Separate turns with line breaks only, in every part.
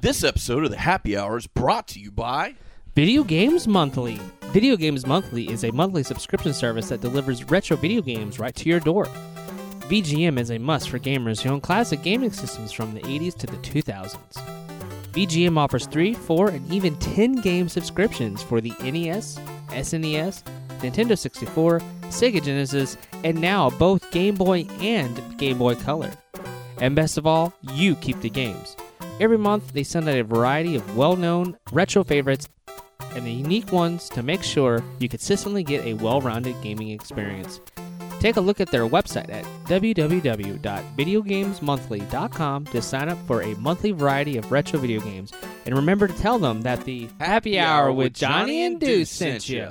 This episode of the Happy Hour is brought to you by.
Video Games Monthly. Video Games Monthly is a monthly subscription service that delivers retro video games right to your door. VGM is a must for gamers who own classic gaming systems from the 80s to the 2000s. VGM offers 3, 4, and even 10 game subscriptions for the E NES, SNES, E Nintendo 64, Sega Genesis, and now both Game Boy and Game Boy Color. And best of all, you keep the games. Every month, they send out a variety of well known retro favorites and the unique ones to make sure you consistently get a well rounded gaming experience. Take a look at their website at www.videogamesmonthly.com to sign up for a monthly variety of retro video games. And remember to tell them that the Happy Hour with Johnny and Deuce sent you.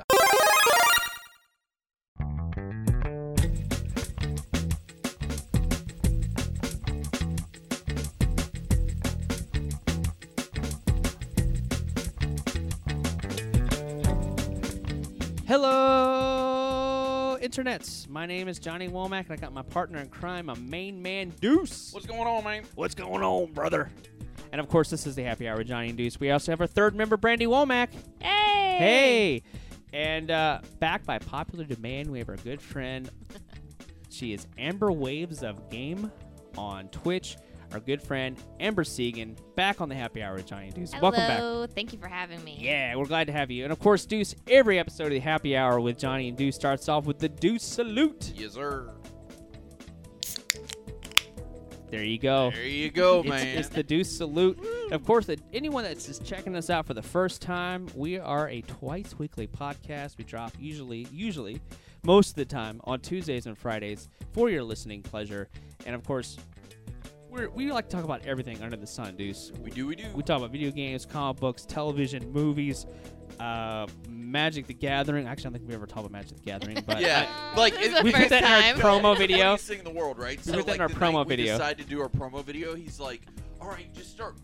Hello, internets. My name is Johnny Womack, and I got my partner in crime, my main man, Deuce.
What's going on, man?
What's going on, brother? And of course, this is the happy hour with Johnny and Deuce. We also have our third member, Brandy Womack. Hey! Hey! And uh, back by popular demand, we have our good friend. she is Amber Waves of Game on Twitch. Our good friend, Amber Segan, back on the happy hour with Johnny and Deuce. Welcome back.
Hello. Thank you for having me.
Yeah, we're glad to have you. And of course, Deuce, every episode of the Happy Hour with Johnny and Deuce starts off with the Deuce salute.
Yes, sir.
There you go.
There you go,
Oh. It's,
man.
it's the Deuce salute. Of course, that anyone that's just checking us out for the first time, we are a twice weekly podcast. We drop usually, usually, most of the time on Tuesdays and Fridays for your listening pleasure. And of course, we're, we like to talk about everything under the sun, Deuce.
we do, we do.
We talk about video games, comic books, television, movies, uh, Magic the Gathering. Actually, I don't think we ever talked about Magic the Gathering, but
yeah,
Uh,
like
this is
it-
the
we put
first
that in our
time.
promo video.
Funniest thing in the world, right?
put that in our
the
promo
night
video.
We decided to do our promo video. He's like, "All right, just start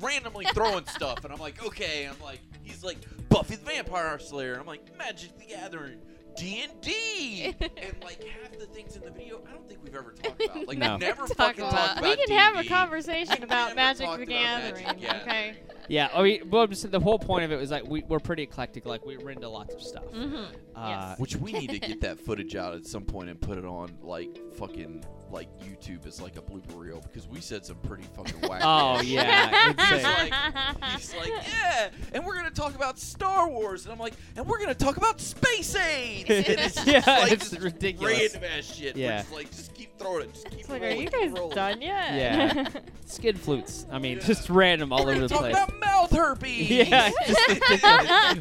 randomly throwing stuff," and I'm like, "Okay." I'm like, he's like, "Buffy the Vampire Slayer," and I'm like, "Magic the Gathering." D and D, and like half the things in the video, I don't think we've ever talked about. Like,
No.
never
Talk
fucking
about-
talked
we
about.
can have a
D&D.
conversation about
Never
Magic
talked
the
about Magic
Gathering.
the
Okay.
Gathering.
Yeah, I mean, well, just the whole point of it was like we, we're pretty eclectic. Like we, we're into lots of stuff.
Mm-hmm.
Uh,
Which we need to get that footage out at some point and put it on like fucking like YouTube as like a blooper reel because we said some pretty fucking wacky.
Oh
ass shit.
yeah,
He's
insane.
like, he's like, yeah, and we're gonna talk about Star Wars, and I'm like, and we're gonna talk about space AIDS. And it's just
yeah,
like,
it's
just
ridiculous.
Random ass shit.
Yeah.
Yeah. Just like, just keep throwing it. Just keep
It's like, are
rolling,
you
keep
guys
rolling.
done yet?
Yeah. Skid flutes. I mean,
Yeah.
just random all
We're
over
gonna
the
talk
place.
about mouth herpes.
Yeah, just ridiculous.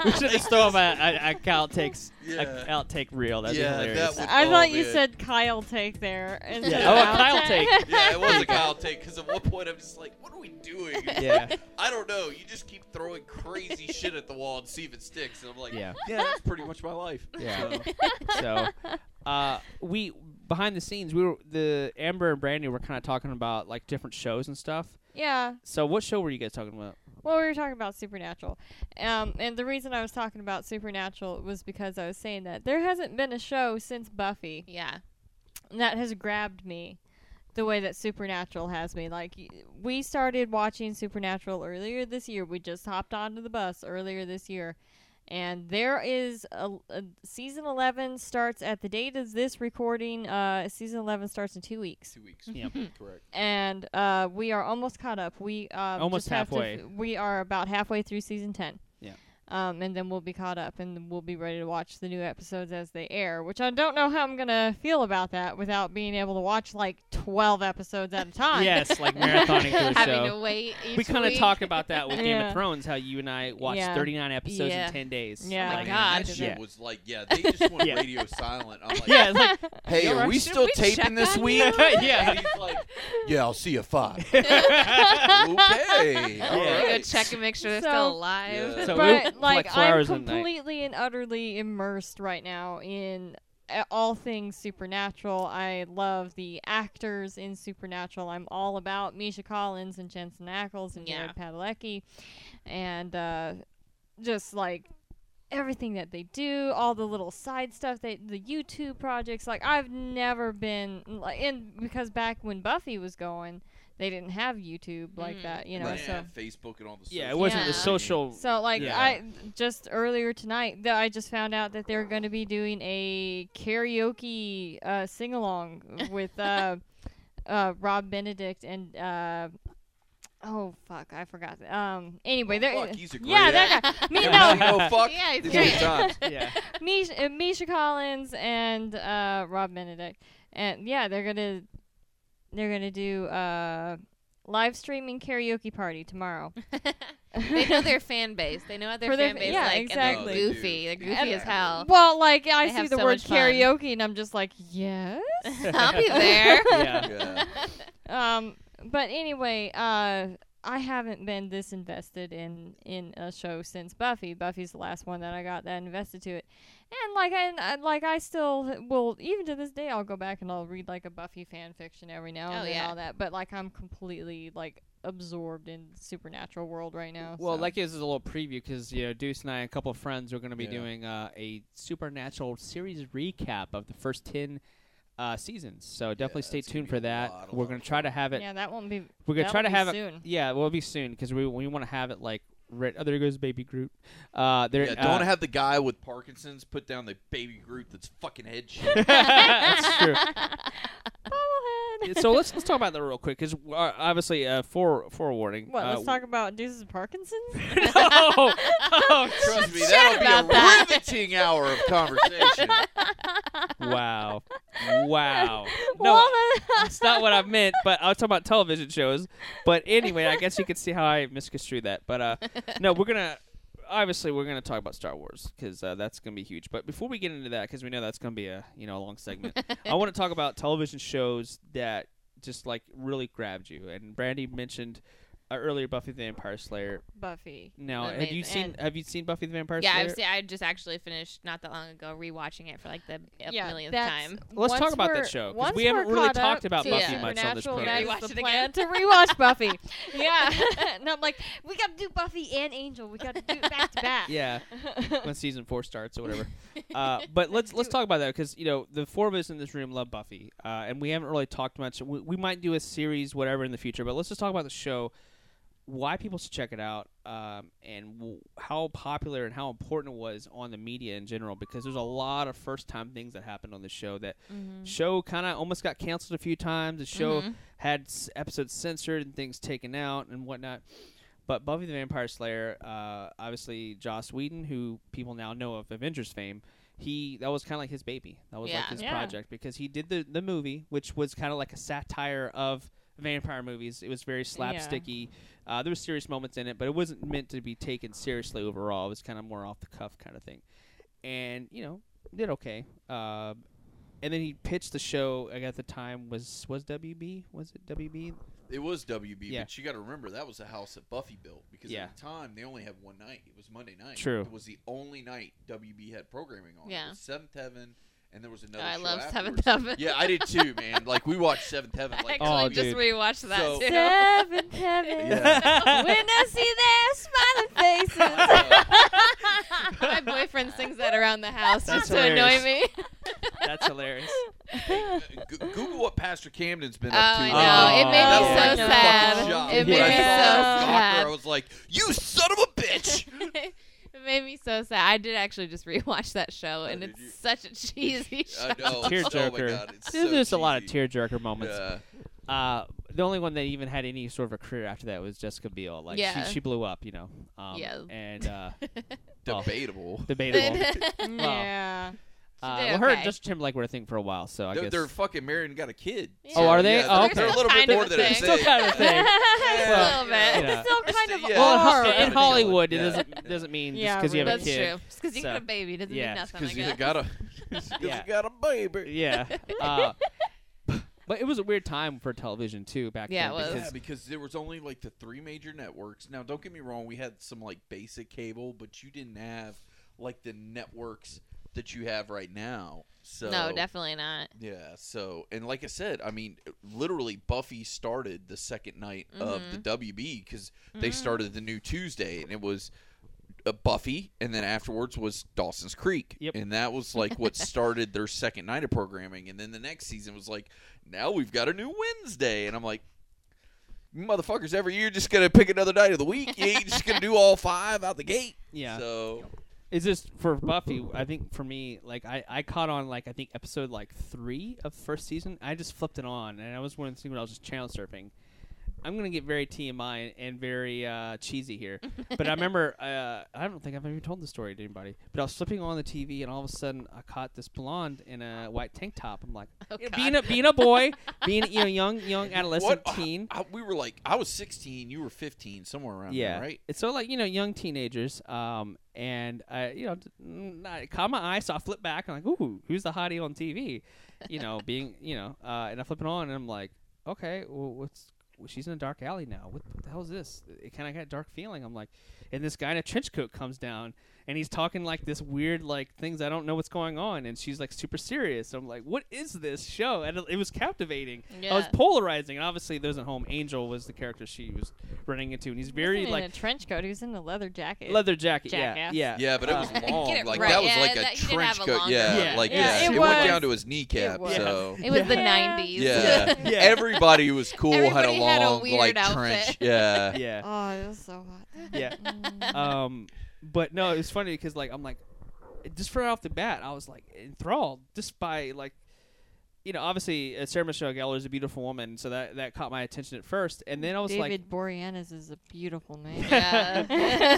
we should
Like,
just throw him a, a, a outtakes,
Yeah.
a outtake reel. That'd
Yeah, that
be hilarious.
would-
I
Oh,
thought you
man.
said Kyle take there. Instead
yeah.
of
Oh, a
I'll
Kyle take.
Yeah, it was a Kyle take because at one point I'm just like, what are we doing?
Yeah.
I don't know. You just keep throwing crazy shit at the wall and see if it sticks. And I'm like,
Yeah.
that's pretty much my life.
Yeah.
So,
so uh, we behind the scenes we were the amber and brandy were kind of talking about like different shows and stuff
Yeah.
so what show were you guys talking about
Well, we were talking about Supernatural. Um, and the reason I was talking about Supernatural was because I was saying that there hasn't been a show since Buffy
Yeah.
that has grabbed me the way that Supernatural has me. Like, y- we started watching Supernatural earlier this year. We just hopped onto the bus earlier this year. And there is a, a- season 11 starts at the date of this recording. Uh, season 11 starts in two weeks.
two weeks.
Yeah.
Correct.
And uh, we are almost caught up. We um,
Almost
just have to
halfway.
f- we are about halfway through season 10.
Yeah.
Um, and then we'll be caught up and we'll be ready to watch the new episodes as they air, which I don't know how I'm going to feel about that without being able to watch like 12 episodes at a time.
yes like marathoning through a
Having to
show
wait. Each
we kind of
week.
talked about that with game
Yeah.
of thrones how you and i watched
Yeah.
39 episodes
Yeah.
in 10 days
Yeah.
Oh my
Like,
God.
That shit
Yeah.
was like, yeah, they just went
Yeah.
radio silent. I'm like,
yeah it's like
hey,
You're
are we
right.
still
Should we check
taping this
on
week?
you?
And
yeah
he's like, yeah, I'll see you five.
yeah
okay.
Yeah.
all
You go
right.
check and make sure they're
So-
still alive.
Yeah.
So- we-
but
for like
like,
four
I'm
hours a night.
completely and utterly immersed right now in a- all things supernatural. I love the actors in Supernatural. I'm all about Misha Collins and Jensen Ackles and
Yeah.
Jared Padalecki, and uh, just like everything that they do, all the little side stuff, they the YouTube projects. Like I've never been like, and because back when Buffy was going, they didn't have YouTube like
Mm.
that, you know.
Right.
So
Facebook and all the
Yeah, it
social
wasn't
Yeah.
the social.
So like
Yeah.
I just earlier tonight, that I just found out that they're going to be doing a karaoke uh, sing along with uh, uh, Rob Benedict and uh, oh fuck, I forgot. Um,
Well,
anyway, they're
Oh, fuck, he's a great
yeah,
actor.
that guy. Me
Yeah,
no,
you know, fuck.
Yeah, he's
These
great.
are the times.
yeah.
Misha, uh, Misha Collins and uh, Rob Benedict, and yeah, they're gonna they're gonna do uh, live streaming karaoke party tomorrow.
they know their fan base. They know what their
For their
fan
fa-
base
yeah,
like,
exactly.
and
No,
they're
they
goofy.
do.
They're goofy
Yeah.
as hell.
Well, like I
They
see
have
the
so
word
much fun.
karaoke, and I'm just like, yes.
I'll be there.
Yeah.
Yeah.
um, but anyway, uh, I haven't been this invested in in a show since Buffy. Buffy's the last one that I got that invested to it, and like I, and I like I still will even to this day I'll go back and I'll read like a Buffy fan fiction every now and
Oh,
then
yeah.
all that. But like I'm completely like absorbed in supernatural world right now.
Well,
so.
like this is a little preview because you know Deuce and I, a couple of friends, are going to be
Yeah.
doing uh, a supernatural series recap of the first ten uh, seasons. So definitely stay
it's gonna
tuned
be
for
a
that.
lot, a
We're
lot
going
of
to try to have it.
yeah, that won't be.
We're going to
that
try
won't
to
be
have it.
soon.
Yeah, well, it'll be soon because we we want to have it like. Right, oh, there goes Baby Groot. Uh, there.
Yeah,
uh,
don't have the guy with Parkinson's put down the baby Groot that's fucking head shit.
that's true.
Bobblehead.
so let's let's talk about that real quick because uh, obviously uh, for forewarning.
What?
uh,
let's talk about Deuce's Parkinson's.
no. Oh,
Trust me, that'll
about
be a
that.
riveting hour of conversation.
wow, wow. No,
Woman.
that's not what I meant. But I was talking about television shows. But anyway, I guess you can see how I misconstrued that. But uh, no, we're gonna obviously we're gonna talk about Star Wars because uh, that's gonna be huge. But before we get into that, because we know that's gonna be a you know a long segment, I want to talk about television shows that just like really grabbed you. And Brandy mentioned uh, earlier Buffy the Vampire Slayer.
Buffy.
Now, have you
Amazing.
seen
And-
have you seen Buffy the Vampire
yeah,
Slayer?
I've seen, I just actually finished not that long ago rewatching it for like the millionth
that's-
time.
Let's
once
talk about
we're-
that show because
once
we haven't
we're
really
caught
talked
up
about
to
Buffy
Yeah.
much on this
Supernatural,
program.
Rewatch
That is
it
the
again.
plan to rewatch Buffy. yeah, and I'm like, we gotta do Buffy and Angel. We gotta do it back to back.
yeah, when season four starts or whatever. Uh, but let's let's talk about that because you know the four of us in this room love Buffy, uh, and we haven't really talked much. We, we might do a series, whatever, in the future. But let's just talk about the show, why people should check it out, um, and w- how popular and how important it was on the media in general. Because there's a lot of first time things that happened on the show. That
Mm-hmm.
show kind of almost got canceled a few times. The show
Mhm.
had s- episodes censored and things taken out and whatnot. But Buffy the Vampire Slayer, uh, obviously Joss Whedon, who people now know of Avengers fame, he that was kind of like his baby. That was like
Yeah.
his
Yeah.
project because he did the the movie, which was kind of like a satire of vampire movies. It was very slapsticky. Uh, there were serious moments in it, but it wasn't meant to be taken seriously overall. It was kind of more off the cuff kind of thing. And you know, did okay. Um, and then he pitched the show. I guess at the time was was WB was it WB?
It was WB,
Yeah.
but you got to remember that was a house that Buffy built because
Yeah.
at the time they only had one night. It was Monday night.
True.
It was the only night WB had programming on. It
Yeah. Oh,
was Seventh Heaven, and there was another.
I
show
love
afterwards.
Seventh Heaven.
Yeah, I did too, man. Like we watched Seventh Heaven.
I
Like
actually
Oh,
we-
just
dude.
rewatched that
So-
too.
Seventh heaven. When I see their smiling faces.
Uh,
My boyfriend sings that around the house
That's
just to annoy
hilarious.
me.
That's hilarious.
hey, g- Google what Pastor Camden's been
Oh,
up to.
I
lately.
know. It made me
That'll
so
end your
sad.
fucking job.
It
When
made
I saw
me so
that
sad.
Stalker, I was like, "You son of a bitch!"
it made me so sad. I did actually just rewatch that
Oh,
show, and
did
it's
you?
such a cheesy show.
I know. Oh my
Tearjerker.
God, it's
There's
so
just a lot of
cheesy.
tearjerker moments.
Yeah.
Uh, the only one that even had any sort of a career after that was Jessica Biel. Like
Yeah.
she, she blew up, you know. Um,
Yeah.
And uh, Well,
Debatable.
debatable.
yeah.
uh,
did
well, her and
okay.
Justin Timberlake were a thing for a while, so I
They're,
guess
they're fucking married and got a kid.
Yeah.
Oh, are they?
Yeah,
Oh,
they're-
okay.
they're a little
Kind
bit
of
more
a
than a
thing.
thing.
still kind of a thing.
Well, a little bit.
yeah.
Still kind of
Yeah.
Well,
are.
in, Ho- in
Yeah.
Hollywood, it
Yeah.
doesn't doesn't mean just
Yeah,
because you have
That's
a kid.
true. Just because you
So-
got a baby doesn't
yeah,
mean nothing. I
Because you
guess.
got a, cause
Yeah.
you got a baby.
Yeah. Uh, but it was a weird time for television too back
Yeah,
then.
it was.
Yeah,
because-
because there was only like the three major networks. Now, don't get me wrong, we had some like basic cable, but you didn't have like the networks that you have right now. So
no, definitely not.
Yeah, so and like I said, I mean, literally Buffy started the second night of
Mm-hmm.
the WB because they
Mhm.
started the new Tuesday, and it was uh, Buffy, and then afterwards was Dawson's Creek,
Yep.
and that was like what started their second night of programming, and then the next season was like, now we've got a new Wednesday, and I'm like, motherfuckers every year just gonna pick another night of the week. You ain't just gonna do all five out the gate.
Yeah.
So
It's just for Buffy. I think for me, like I, I caught on like I think episode like three of the first season. I just flipped it on, and I was one of the things when I was just channel surfing. I'm gonna get very TMI and very uh, cheesy here, but I remember uh, I don't think I've ever told the story to anybody. But I was flipping on the TV, and all of a sudden I caught this blonde in a white tank top. I'm like,
Oh,
you know,
God.
being a being a boy, being you know young young adolescent
what-
teen.
I, we were like, I was 16, you were 15, somewhere around
yeah
there, right?
It's so like you know young teenagers um and i you know d- n- i caught my eye so i flip back and i'm like ooh who's the hottie on tv you know being you know uh and i flip it on and i'm like okay well what's well, she's in a dark alley now what, what the hell is this it kind of got a dark feeling i'm like and this guy in a trench coat comes down and he's talking like this weird like things i don't know what's going on and she's like super serious i'm like what is this show and it, it was captivating I was
Yeah.
polarizing, and obviously, those at home, Angel was the character she was running into, and he's very
in
like
a trench coat. He was in a leather jacket.
leather jacket,
Jackass.
yeah, yeah,
Yeah, but it was
Uh,
long.
Get it
like
right.
that was
Yeah,
like a
that- he didn't have
trench
a
coat.
longer
Yeah,
one.
like
Yeah,
yeah,
it
it, went
was.
down to his kneecap.
was.
So
It was the
Yeah.
90s.
yeah,
Yeah.
everybody was cool.
Everybody
had
had
a
a
long
weird
like
outfit.
trench. Yeah,
yeah,
Oh, it was so hot.
yeah.
Mm.
Um, but no, it was funny because like I'm like, just right off the bat, I was like enthralled just by like, you know, obviously uh, Sarah Michelle Gellar is a beautiful woman, so that that caught my attention at first, and then I was like,
David Boreanaz is a beautiful name.
Yeah.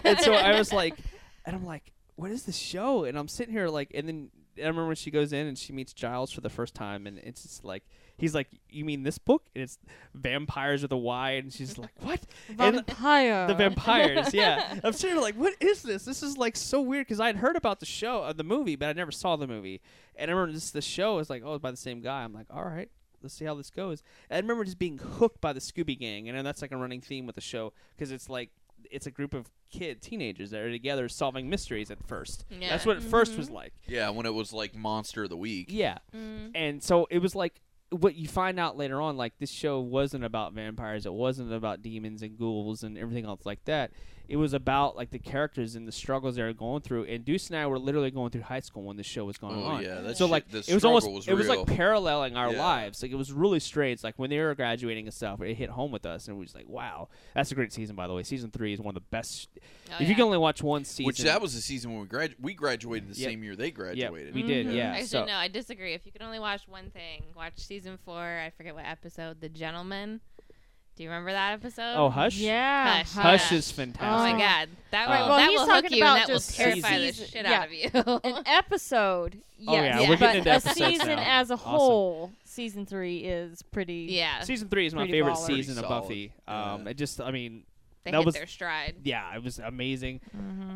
and so I was like, and I'm like, what is this show? And I'm sitting here like, and then I remember when she goes in and she meets Giles for the first time, and it's just like, he's like, you mean this book? And it's vampires with a Y, and she's like, what? And
Vampire.
the vampires, yeah. I'm sitting here like, what is this? This is like so weird because I had heard about the show, uh, the movie, but I never saw the movie. And I remember this the show is like, oh, it's by the same guy. I'm like, all right. Let's see how this goes. And I remember just being hooked by the Scooby Gang, and then that's like a running theme with the show because it's like it's a group of kid teenagers that are together solving mysteries at first.
Yeah.
That's what at first was like.
yeah. When it was like monster of the week.
Yeah,
Mm.
and so it was like what you find out later on like this show wasn't about vampires it wasn't about demons and ghouls and everything else like that it was about like the characters and the struggles they were going through and deuce and i were literally going through high school when this show was going
Oh
on
yeah, that's
so like
the
it was almost
struggle was
it was
real.
like paralleling our
Yeah.
lives like it was really strange like when they were graduating and stuff it hit home with us and we was like wow that's a great season by the way season three is one of the best
Oh,
if you
yeah.
can only watch one season
Which that was the season when we gradu- we graduated the
Yep.
same year they
yeah
graduated.
we did
Mhm.
yeah
Actually,
so
no, Mm-hmm. I disagree. If you can only watch one thing, watch season four. I forget what episode. The Gentleman. Do you remember that episode?
oh hush
Yeah.
Hush.
hush
Yeah.
is fantastic
Oh my
Awesome.
god, that
Uh,
will,
Well,
that
he's
will
talking
hook you
about
and that will
just
terrify
season-
the shit
yeah.
out of you.
An episode, yes.
Oh, yeah,
we're
but
getting
into
a
episodes
season
now.
as a
Awesome.
whole, season three is pretty.
yeah,
Season three is my
Pretty
favorite
baller.
season of
Pretty solid,
Buffy.
yeah.
Um, it just, I mean,
they
that
hit
was-
their stride.
yeah, it was amazing.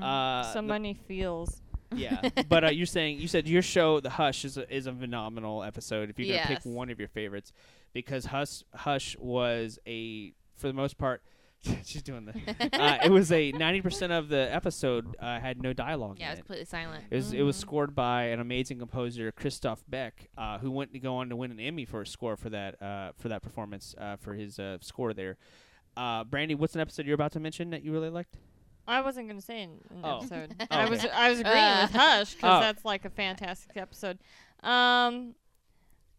Uh,
so
the-
many feels.
yeah. But uh, you're saying you said your show, The Hush, is a, is a phenomenal episode. If you're gonna pick
Yes.
one of your favorites, because Hush Hush was a, for the most part, she's doing the. Uh, it was a ninety percent of the episode uh, had no dialogue.
Yeah, it
in
was
it.
completely silent.
It was, it
Mm.
was scored by an amazing composer, Christoph Beck, uh, who went to go on to win an Emmy for a score for that uh, for that performance uh, for his uh, score there. Uh, Brandy, what's an episode you're about to mention that you really liked?
I wasn't going to say an, an
Oh.
episode. I
Okay.
was I was agreeing with
Uh.
Hush because
Oh.
that's like a fantastic episode. Um,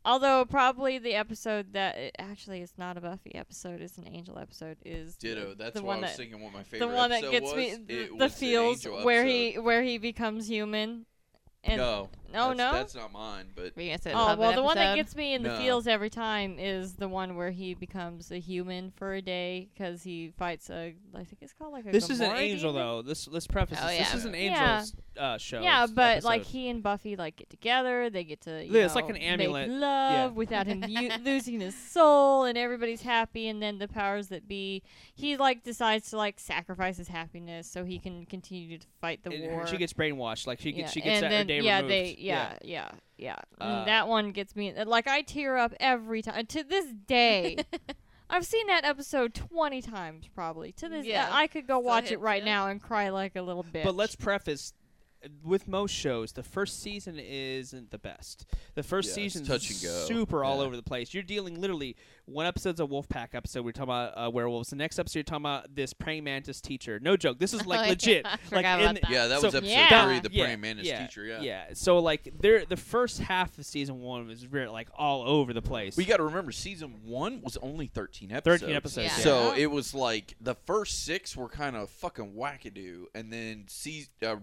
although probably the episode that it, actually it's not a Buffy episode, it's an Angel episode. Is the-
Ditto. That's
the
why I
one
was
that
thinking what my
the
favorite
one that
episode
gets
was.
me
It
th-
was
the
an
feels
Angel
where
episode.
he where he becomes human. And
no,
oh
that's,
no.
that's not mine. But
Were you gonna say the
Oh
puppet
well, the one that
episode?
gets me in
No.
the feels every time is the one where he becomes a human for a day because he fights a. I think it's called like a.
This is an
Gamora
angel,
demon?
though. This let's preface
Oh,
this. This
yeah.
is an
Yeah.
angel's uh, show.
Yeah,
s-
but like
episode.
he and Buffy like get together. They get to. You
Yeah, it's like
know,
an amulet.
Make love without him u- losing his soul, and everybody's happy. And then the powers that be, he like decides to like sacrifice his happiness so he can continue to fight the
And her-
war.
she gets brainwashed. Like she
yeah.
gets she gets
and
that
then,
her day
yeah,
removed.
they yeah yeah yeah. Mm,
Uh,
that one gets me like I tear up every time to this day. I've seen that episode twenty times probably to this.
Yeah.
I could go
Still
watch it
hits
right
you.
now and cry like a little bitch.
But let's preface with most shows, the first season isn't the best. The first
Yeah, it's
season's
touch and go.
super all
Yeah.
over the place. You're dealing literally one episode's a Wolfpack episode. We're talking about uh, werewolves. The next episode, you're talking about this praying mantis teacher. No joke. This is
Oh,
like
yeah,
legit.
I
like
forgot
in
about
the-
that.
Yeah, that was
So-
episode
Yeah.
three, the
yeah,
praying mantis teacher. Yeah.
yeah. So like, there the first half of season one was very like all over the place.
We got to remember, season one was only 13 episodes.
13 episodes.
Yeah.
yeah.
So
Yeah.
it was like the first six were kind of fucking wackadoo, and then season, uh,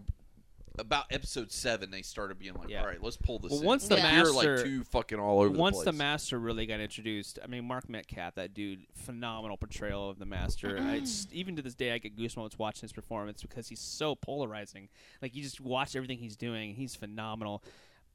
about episode seven they started being like,
Yeah.
"All right, let's pull this."
Well,
in."
once the
Like, we were, like
master-
two fucking all over.
once
the,
the,
place.
master really got introduced i mean mark metcalf that dude phenomenal portrayal of the master I s- even to this day i get goosebumps watching his performance because he's so polarizing like you just watch everything he's doing he's phenomenal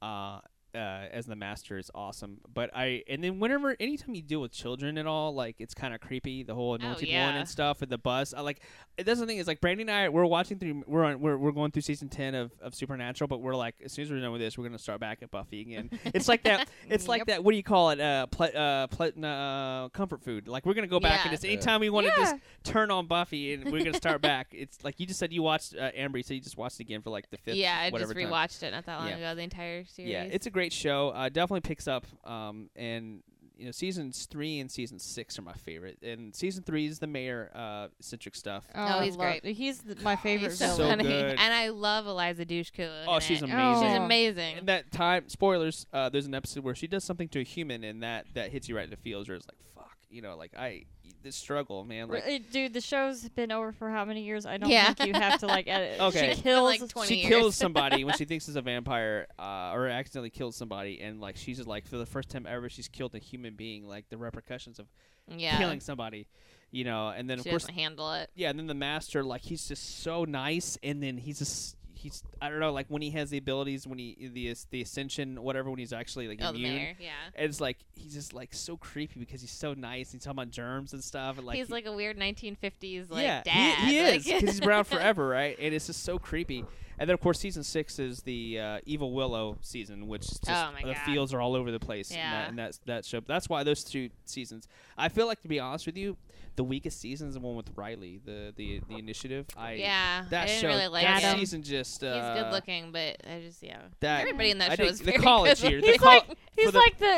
uh uh, as the master is awesome, but I and then whenever anytime you deal with children at all, like it's kind of creepy. The whole anointed one
yeah.
and stuff, and the bus. I like that's the thing is like Brandy and I we're watching through we're on we're, we're going through season ten of, of Supernatural, but we're like as soon as we're done with this, we're gonna start back at Buffy again. It's like that. It's like
Yep.
that. What do you call it? Uh, ple- uh, ple- uh comfort food. Like we're gonna go back
Yeah.
and just
Yeah.
anytime we want to
Yeah.
just turn on Buffy and we're gonna start back. It's like you just said you watched uh, Amber, so you just watched it again for like the fifth.
yeah, I just
whatever time.
rewatched it not that long
Yeah.
ago. The entire series.
Yeah, it's a great show. Uh, definitely picks up. Um, and you know, seasons three and season six are my favorite. And season three is the mayor uh, centric stuff.
Oh,
No,
I
he's
love- He's th- my favorite
He's so,
So
villain.
funny,
good.
and I love Eliza Dushku.
Oh, she's
amazing.
amazing.
She's
Oh.
amazing.
And that time, spoilers. Uh, there's an episode where she does something to a human, and that that hits you right in the feels. Where it's like, fuck, you know, like I this struggle, man. Like
Really, Dude, the show's been over for how many years? I don't
Yeah.
think you have to like edit. it.
Okay.
She
For,
kills.
like, 20
she
years.
kills somebody when she thinks is a vampire, uh, or accidentally kills somebody, and like she's just like for the first time ever, she's killed a human being. Like the repercussions of
yeah,
killing somebody, you know. And then
she
of course,
doesn't handle it.
yeah, and then the master, like he's just so nice, and then he's just he's I don't know, like when he has the abilities, when he the as- the ascension, whatever, when he's actually like
Oh, the
immune.
mayor. Yeah,
And it's like he's just like so creepy because he's so nice. He's talking about germs and stuff, and like
he's
he-
like a weird 1950s like
yeah,
dad.
He, he
like-
is because he's been around forever, right? And it's just so creepy. And then of course, season six is the uh, Evil Willow season, which is just,
Oh my
the
God.
fields are all over the place. in
Yeah.
that, and that's that show. That's why those two seasons. I feel like to be honest with you, the weakest season is the one with Riley, the the the initiative. I
yeah,
that
I didn't
show
really like
that
him.
season just uh,
he's good looking, but I just yeah.
That
Everybody in that
I
show
think
is
the
very
college
good
years.
He's
the col-
like he's
for the-
like the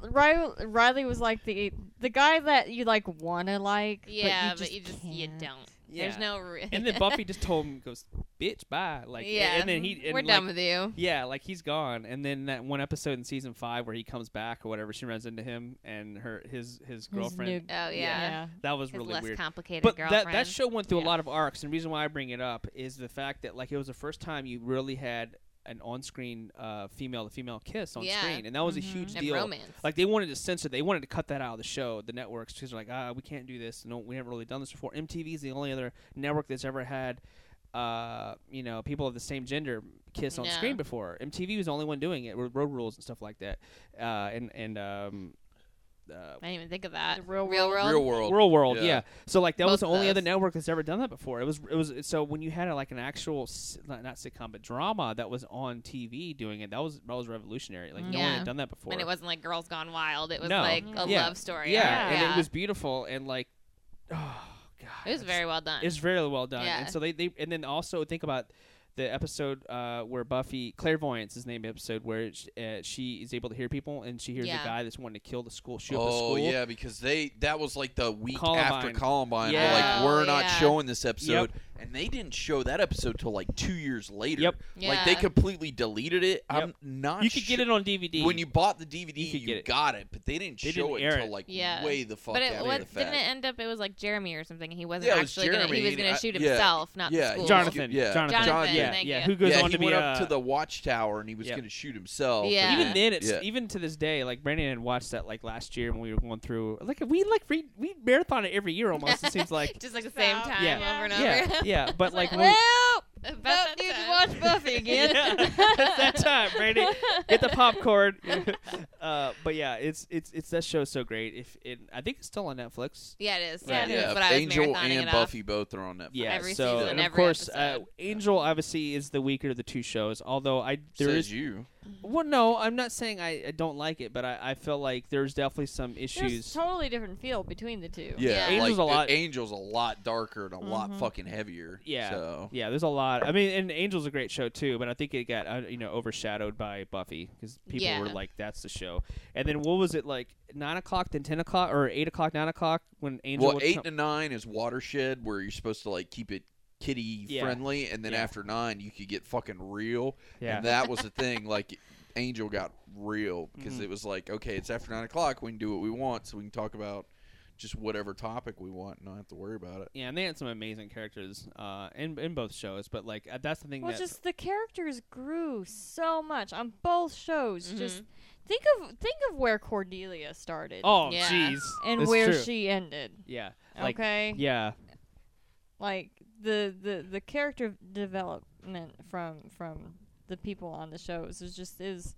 uh, uh, Riley, Riley was like the the guy that you like wanna like.
Yeah,
but you just,
you
can't.
don't.
yeah.
There's no. Re-
and then Buffy just told him, goes, "Bitch, bye." Like,
yeah,
and then he, and
we're
like,
done with you. Oh,
Yeah, like he's gone, and then that one episode in season five where he comes back or whatever, she runs into him and her his his girlfriend.
new-
Oh yeah,
Yeah.
that was
his
really
less
weird.
complicated
But
girlfriend.
that that show went through a
Yeah.
lot of arcs, and the reason why I bring it up is the fact that like it was the first time you really had an on-screen uh, female to female kiss on
Yeah. Mm-hmm.
screen, and that was
Mhm.
a huge
and
deal.
romance.
Like they wanted to censor, they wanted to cut that out of the show, the networks, because they're like, ah, we can't do this. No, we haven't really done this before. MTV is the only other network that's ever had, uh, you know, people of the same gender kiss on
Yeah.
screen before. MTV was the only one doing it with road rules and stuff like that, uh, and and um, uh,
I didn't even think of that.
The real
real
world.
world.
Real world.
Real World,
Yeah.
yeah. So like that was
Both
the
of
only other
those.
network that's ever done that before. It was it was so when you had a, like an actual s- not, not sitcom but drama that was on TV doing it, that was that was revolutionary. Like no one
Yeah.
had done that before.
And it wasn't like Girls Gone Wild. It was
No.
like a
Yeah.
love story.
yeah,
Yeah.
and it was beautiful and like oh god,
It was very well done.
it's very well done.
Yeah.
And so they, they and then also think about the episode uh, where Buffy clairvoyance is named episode where sh uh, she is able to hear people and she hears
Yeah.
a guy that's wanting to kill the school shoot up the
Oh
school.
yeah, because they that was like the week after
Columbine.
Columbine. We're
Yeah.
like we're
Oh,
not
yeah.
showing this episode, and they didn't show that episode till like two years later.
Yep.
Like they
Yeah.
completely deleted it. I'm not.
You could get
sure-
it on DVD.
when you bought the DVD.
You
You,
could get it.
got it, but they didn't
They
show
didn't
it
air
till
it.
like
Yeah.
way the fuck
but
out
it
of
was,
the fact.
didn't it end up? It was like Jeremy or something. He wasn't
Yeah, it was
actually gonna. He
Jeremy,
was gonna
and I-
shoot
yeah.
himself, not
Yeah,
the school.
Jonathan.
Jonathan,
Yeah.
Jonathan,
Jonathan,
yeah,
thank
yeah,
you.
who goes
yeah,
on
he
to be
went
uh,
up to the watchtower and he was
yeah.
going to shoot himself.
Yeah.
even then it's
Yeah.
even to this day like brandon had watched that like last year when we were going through like we like re- we marathon it every year almost it seems like
just like the same
Stop.
time
Yeah.
over and over.
yeah yeah but like when-
well, about
Well,
that
you
time.
watch Buffy again.
yeah, it's that time brandon get the popcorn uh, but yeah, it's it's it's that show's so great. If it, I think it's still on Netflix.
Yeah, it is.
Yeah,
Yeah,
it
it is.
is.
But I was
Angel
marathoning
and
it off.
Buffy both are on Netflix.
Yeah,
Every
so
season,
and of
every
course, uh,
episode.
Angel obviously is the weaker of the two shows. Although I there
Says
is
you.
well, no, I'm not saying I, I don't like it, but I, I feel like there's definitely some
There's
issues.
totally different feel between the two.
Yeah,
Yeah.
like, uh,
Angel's
Mm-hmm.
a lot-
Angel's a lot darker and a lot
Mhm.
fucking heavier.
Yeah.
So
yeah, there's a lot. I mean, and Angel's a great show too, but I think it got uh, you know overshadowed by Buffy because people were
Yeah.
like, "That's the show." And then what was it like nine o'clock, then ten o'clock, or eight o'clock, nine o'clock when Angel?
well,
would
eight
come-
to nine is watershed, where you're supposed to like keep it kitty
Yeah.
friendly, and then
Yeah.
after nine you could get fucking real.
yeah,
And that was the thing. Like Angel got real because
Mhm.
it was like, okay, it's after nine o'clock. We can do what we want, so we can talk about just whatever topic we want, and not have to worry about it.
yeah, and they had some amazing characters uh, in in both shows. But like uh, that's the thing
Well,
that
just the characters grew so much on both shows. Just think of think of where Cordelia started
oh
Yeah.
jeez,
and
That's
where
true.
she ended.
yeah like
okay,
yeah
like the, the the character development from from the people on the shows is just is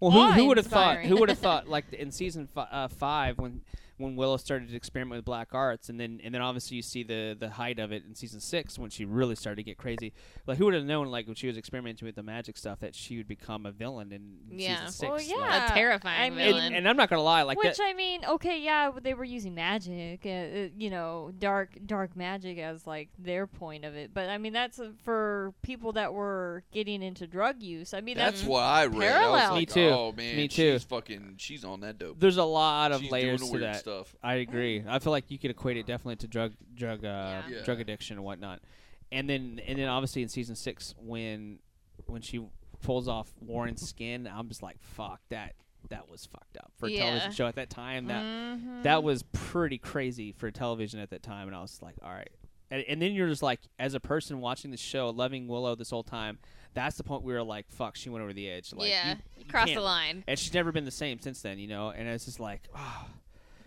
Well, who,
Awe
who would have thought?
inspiring.
Who would have thought? Like in season fi- uh, five, when when Willow started to experiment with black arts, and then and then obviously you see the the height of it in season six when she really started to get crazy. Like who would have known? Like when she was experimenting with the magic stuff, that she would become a villain in
Yeah.
season six.
Well,
like-
yeah.
A terrifying
I mean-
and,
villain.
and I'm not gonna lie, like
which
that.
I mean, okay, yeah, w- they were using magic, uh, uh, you know, dark dark magic as like their point of it. But I mean, that's uh, for people that were getting into drug use. I mean,
That's
that's
what I read. I was
Parallel.
like,
Me too.
Oh man,
Me too.
She's fucking. She's on that dope.
There's a lot of
she's
layers
doing
to
weird
that.
stuff.
I agree. I feel like you could equate it definitely to drug drug uh,
Yeah.
Yeah.
drug addiction and whatnot. And then and then obviously in season six when when she pulls off Warren's skin, I'm just like, fuck that that was fucked up for a television
Yeah.
show at that time. That
mm-hmm.
Mhm.
that was pretty crazy for television at that time and i was like all right and, and then you're just like as a person watching the show loving willow this whole time that's the point we were like fuck she went over the edge like
yeah,
you- you
cross the
can't-
line.
and she's never been the same since then you know and it's just like oh.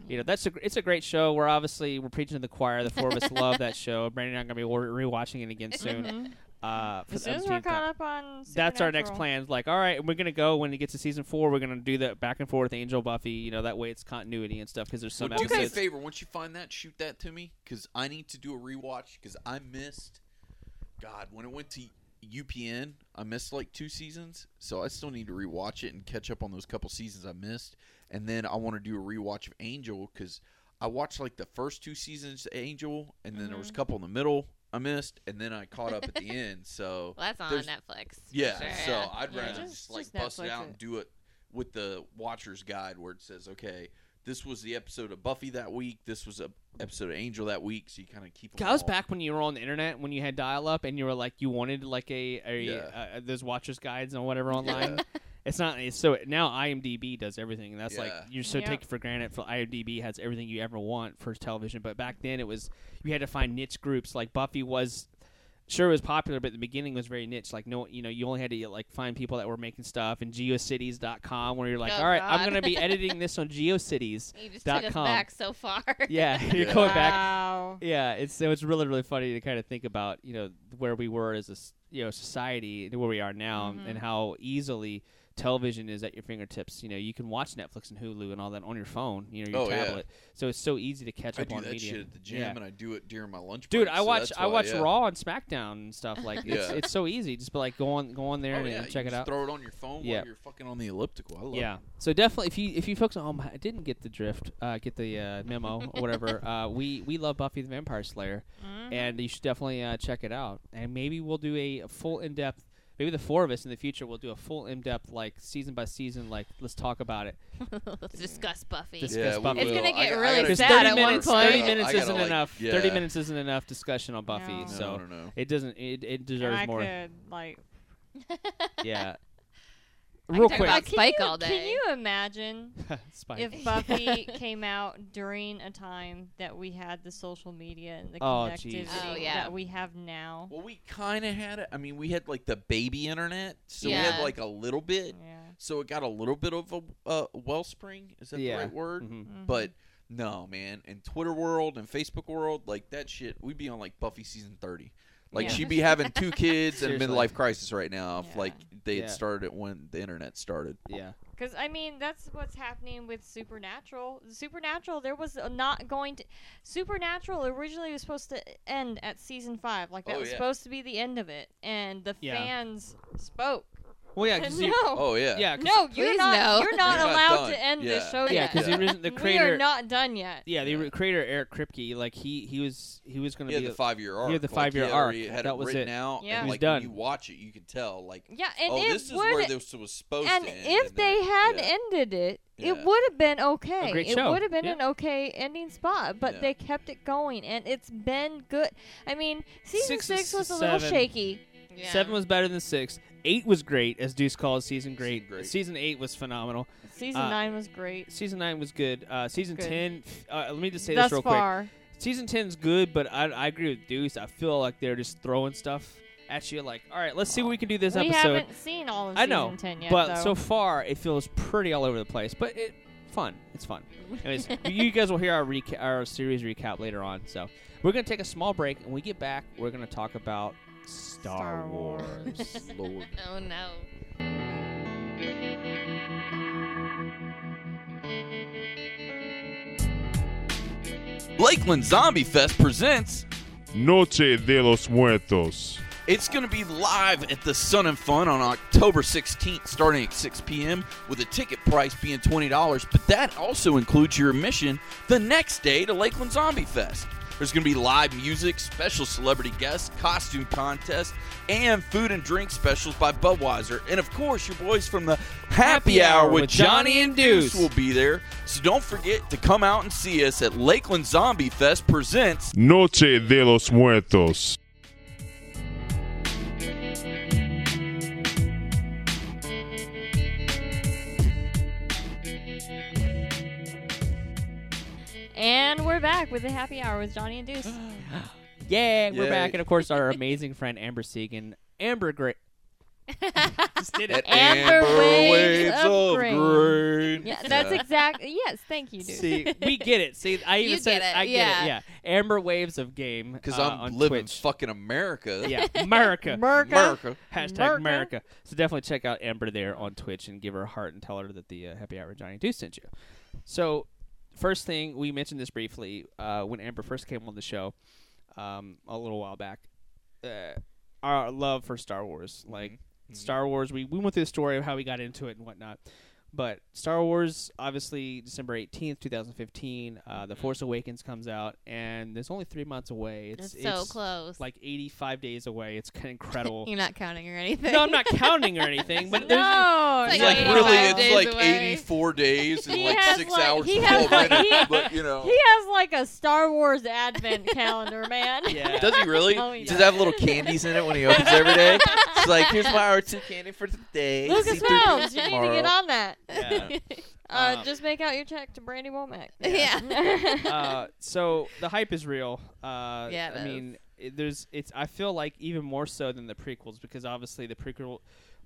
you know that's a gr- it's a great show we're obviously we're preaching to the choir the four of us love that show brandon and i'm gonna be wa- rewatching it again soon
Mm-hmm.
Mhm.
uh for
As
the
soon as we're
17th time
caught up on
that's our next
Supernatural.
plan. It's Like, all right, we're gonna go when it gets to season four. We're gonna do that back and forth, Angel Buffy. You know, that way it's continuity and stuff because there's some
Would you do me a
episodes.
favor once you find that, shoot that to me because I need to do a rewatch because I missed. God, when it went to UPN, I missed like two seasons, so I still need to rewatch it and catch up on those couple seasons I missed, and then I want to do a rewatch of Angel because I watched like the first two seasons of Angel, and then there was a couple in the middle I missed, and then I caught up at the end. So
Well, that's on
There's-
Netflix. for
yeah,
sure,
so
yeah.
I'd
Yeah.
rather
Just-
just, like
just
bust it
Netflix
out
it.
and do it with the Watcher's Guide, where it says, okay, this was the episode of Buffy that week, this was a episode of Angel that week, so you kind of keep. 'em
I was
all.
back when you were on the internet when you had dial up and you were like you wanted like a, a
Yeah.
uh, those watchers guides and whatever online. It's not it's so now IMDb does everything. And that's like
Yeah.
you're so
Yeah.
taken for granted. For IMDb has everything you ever want for television, but back then it was you had to find niche groups. Like Buffy was sure it was popular, but the beginning was very niche. Like no, you know, you only had to like find people that were making stuff and geocities.com where you're like,
Oh,
all right, I'm
God.
gonna be editing this on GeoCities.
You just
dot
took us
com.
back so far.
Yeah, you're
Yeah.
going back.
Wow.
Yeah, it's so it's really really funny to kind of think about you know where we were as a s- you know society and where we are now
Mhm.
and how easily television is at your fingertips. You know, you can watch Netflix and Hulu and all that on your phone. You know, your
Oh, yeah.
tablet. So it's so easy to catch
I
up
do
on
that
media.
shit at the gym,
Yeah.
and I do it during my lunch.
Dude,
break,
I
so
watch
that's
I
why,
watch
yeah.
Raw and SmackDown and stuff like it's
Yeah.
it's so easy. Just be like go on go on
Oh,
there and,
yeah,
and
you
check it
just
out.
Throw it on your phone
Yeah.
while you're fucking on the elliptical. I love
Yeah. So definitely, if you if you folks at home didn't get the drift, uh, get the uh, memo or whatever, uh, we we love Buffy the Vampire Slayer.
Mm-hmm.
Mhm.
and you should definitely uh, check it out. And maybe we'll do a, a full in depth. Maybe the four of us in the future will do a full in depth, like season by season, like let's talk about it.
Let's discuss Buffy.
It.
Discuss
Yeah, we
Buffy.
It's
will.
gonna
I
get
got- I
really
gotta
Because
sad
start
at
thirty
one
minutes,
point.
thirty
I
minutes
gotta,
isn't
like,
enough.
yeah.
Thirty minutes isn't enough discussion on Buffy,
No.
No,
so
no, no.
it doesn't. It, it deserves
I
more.
could like
Yeah.
could
Real
talk
quick,
about-
Can
Spike
you-
all
Can
day.
you imagine
Spike.
if Buffy came out during a time that we had the social media and the
Oh,
connectivity
jeez.
Oh, yeah.
that we have now?
Well, we kind of had it. I mean, we had like the baby internet, so we
Yeah.
had like a little bit. So it got a little bit of a uh, wellspring. Is that
Yeah.
the right word?
Mhm.
But no, man, in Twitter world and Facebook world, like that shit, we'd be on like Buffy season thirty. Like
Yeah.
she'd be having two kids and a
Seriously.
midlife crisis right now if
Yeah.
like they had
Yeah.
started it when the internet started.
Yeah.
Because I mean, that's what's happening with Supernatural. Supernatural, there was a not going to. Supernatural originally was supposed to end at season five, like that
Oh,
was
yeah.
supposed to be the end of it, and the
Yeah.
fans spoke.
Well, yeah,
And
because
no,
Oh yeah.
yeah, 'cause-
no, you're
Please
not.
no.
You're not
You're not
allowed
done.
to end
Yeah.
this show
yeah,
yet.
because
Yeah.
the, orig- the
we
creator,
are not done yet.
yeah, the
Yeah.
ri- creator Eric Kripke, like he he was he was gonna
He had
be
the five year arc.
had the
Like,
five-year
he
arc.
already Had
That
it
was
written
it.
out.
Yeah.
And,
It was
like
done.
When you watch it, you can tell. Like,
Yeah, and
oh,
it
this is
would.
where this was supposed
and
to end.
if
and
they
then-
had
yeah.
ended it,
Yeah.
it would have been okay.
A great
it
show.
would have been
Yeah.
an okay ending spot, but
Yeah.
they kept it going, and it's been good. I mean, season
Six
six,
to
was a little
seven.
shaky.
Yeah.
Seven was better than six. Eight was great, as Deuce calls season great.
Season great.
Season eight was phenomenal.
Season
Uh,
nine was great.
Season nine was good. Uh, season
Good.
ten. f- Uh, let me just say
Thus
this real
far,
quick. Season ten's good, but I, I agree with Deuce. I feel like they're just throwing stuff at you. Like, all right, let's see what we can do this
we
episode.
haven't seen all of
I
season
know,
ten yet.
but
though.
so far, it feels pretty all over the place. But it fun. It's fun. Anyways, you guys will hear our reca- our series recap later on. So we're gonna take a small break, and we get back. We're gonna talk about Star,
Star Wars.
Wars.
Lord.
Oh no.
Lakeland Zombie Fest presents.
Noche de los Muertos.
It's going to be live at the Sun and Fun on October 16th, starting at 6 p.m., with a ticket price being $20. But that also includes your admission the next day to Lakeland Zombie Fest. There's going to be live music, special celebrity guests, costume contest, and food and drink specials by Budweiser. And of course, your boys from the Happy, Hour with Johnny and Deuce will be there. So don't forget to come out and see us at Lakeland Zombie Fest presents
Noche de los Muertos.
and we're back with the happy hour with Johnny and Deuce.
Yay, we're
Yay.
back, and of course our amazing friend Amber Segan. Amber, great. Just did it.
At
Amber Waves of Grain.
Grain.
yeah, that's
Yeah.
exactly yes. Thank you, Deuce.
See, we get it. See, I even
You
said
get it,
I get
yeah.
it. Yeah, Amber waves of game
Because
uh,
I'm
on
living
Twitch.
fucking America.
yeah, America.
Merca.
America.
Hashtag
Merca.
America. So definitely check out Amber there on Twitch and give her a heart and tell her that the uh, Happy Hour with Johnny Deuce sent you. So, first thing we mentioned this briefly uh, when Amber first came on the show um, a little while back. Uh, our love for Star Wars, like Star Wars, we we went through the story of how we got into it and whatnot. But Star Wars, obviously, December eighteenth, two thousand fifteen, uh, The Force Awakens comes out, and it's only three months away. It's,
It's, so
it's
close.
Like eighty-five days away. It's kind of incredible.
You're not counting or anything.
No, I'm not counting or anything, but there's
no,
It's
It's
no,
like
no,
Yeah.
no.
really,
Five
it's
days
like
away.
84 days and
He
like
has
six
like-
hours
he
and
has
12
like-
minutes.
he-
but you know,
He has like a Star Wars advent calendar, man.
yeah.
does he really?
Oh, yeah.
Does it have little candies in it when he opens every day? It's like here's my R2 candy for today.
Lucas Films, you need to get on that.
Yeah.
Uh,
Um,
just make out your check to Brandy Womack.
Yeah.
uh, so the hype is real. Uh,
Yeah, it
I mean, it, there's it's. I feel like even more so than the prequels because obviously the prequel,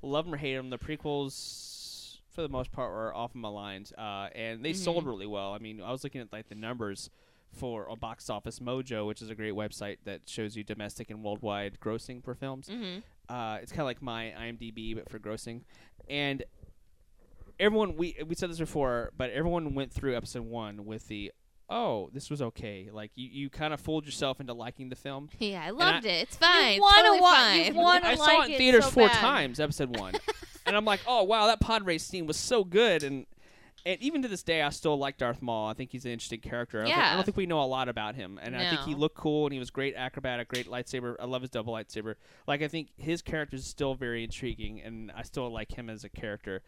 love them or hate them, the prequels for the most part were off my lines, uh, and they sold
Mm-hmm.
really well. I mean, I was looking at like the numbers for a box office mojo which is a great website that shows you domestic and worldwide grossing for films
Mm-hmm.
uh, it's kind of like my IMDb but for grossing, and everyone we we said this before, but everyone went through episode one with the oh this was okay, like you, you kind of fooled yourself into liking the film.
Yeah, I
loved
loved it. It's fine.
You wanna
totally
wa- you
fine.
wanna
I saw
like
it in theaters
so
four
bad.
times, episode one, and I'm like oh wow that pod race scene was so good and. And even to this day, I still like Darth Maul. I think he's an interesting character. I don't, think, I
Yeah.
don't think we know a lot about him, and I think he
No.
looked cool and he was great acrobatic, great lightsaber. I love his double lightsaber. Like I think his character is still very intriguing, and I still like him as a character.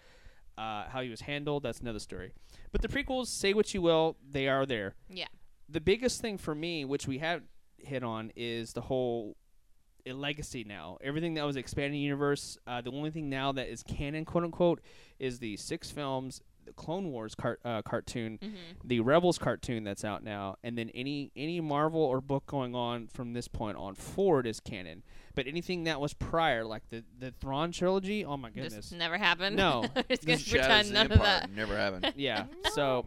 Uh, how he was handled, that's another story. But the prequels, say what you will, they are there.
Yeah.
The biggest thing for me, which we have hit on, is the whole uh, legacy now. Everything that was expanding universe. Uh, the only thing now that is canon, quote unquote, is the six films Clone Wars cart, uh, cartoon,
Mm-hmm.
the Rebels cartoon that's out now, and then any any Marvel or book going on from this point on forward is canon. But anything that was prior, like the the Thrawn trilogy, oh my goodness,
Just never happened.
No.
We're just gonna
This is
pretend none of that.
Never happened.
yeah. So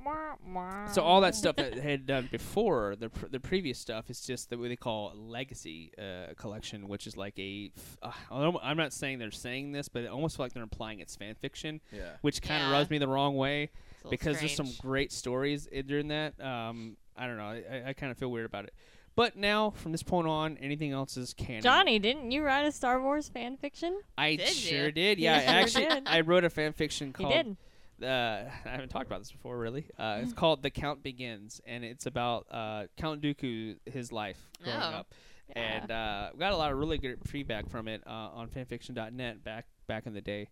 so all that stuff that had done before the pr- the previous stuff is just the, what they call legacy uh, collection, which is like a. f- Uh, I don't- I'm not saying they're saying this, but it almost feel like they're implying it's fan fiction,
Yeah.
which kind of
Yeah.
rubs me the wrong way
It's a little
because there's some
strange.
great stories i- during that. Um, I don't know. I, I- I kind of feel weird about it. But now, from this point on, anything else is canon.
Johnny, didn't you write a Star Wars fan fiction?
I
Did
sure
you?
did. Yeah,
You sure
actually,
did.
I wrote a fan fiction
You
called
did.
uh, I haven't talked about this before, really. Uh, it's called The Count Begins, and it's about uh, Count Dooku, his life growing
Oh,
up. And uh, we got a lot of really good feedback from it uh, on fanfiction.net back back in the day.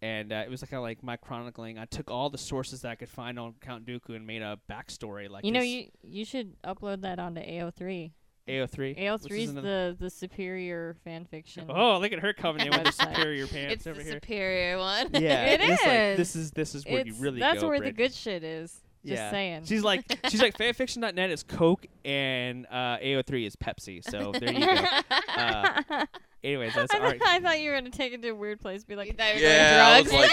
And uh, it was kind of like my chronicling. I took all the sources that I could find on Count Dooku and made a backstory. Like
You know,
his
you you should upload that onto AO3.
AO3. which
AO3
is
is
another-
the the superior fan fiction.
Oh, look at her coming in with the
Website.
superior pants
It's
over
the
here.
superior one.
Yeah,
It
it's like,
is.
this is this is where you
It's-
really
that's
go,
where
Brit.
the good shit is. Just saying.
She's like she's like fanfiction.net is Coke and uh, AO3 is Pepsi. So there you go. Uh, anyways, that's
I,
all
thought-
right.
I thought you were gonna take it to a weird place, be
You
like,
thought you were
Yeah, I
doing
was
drugs.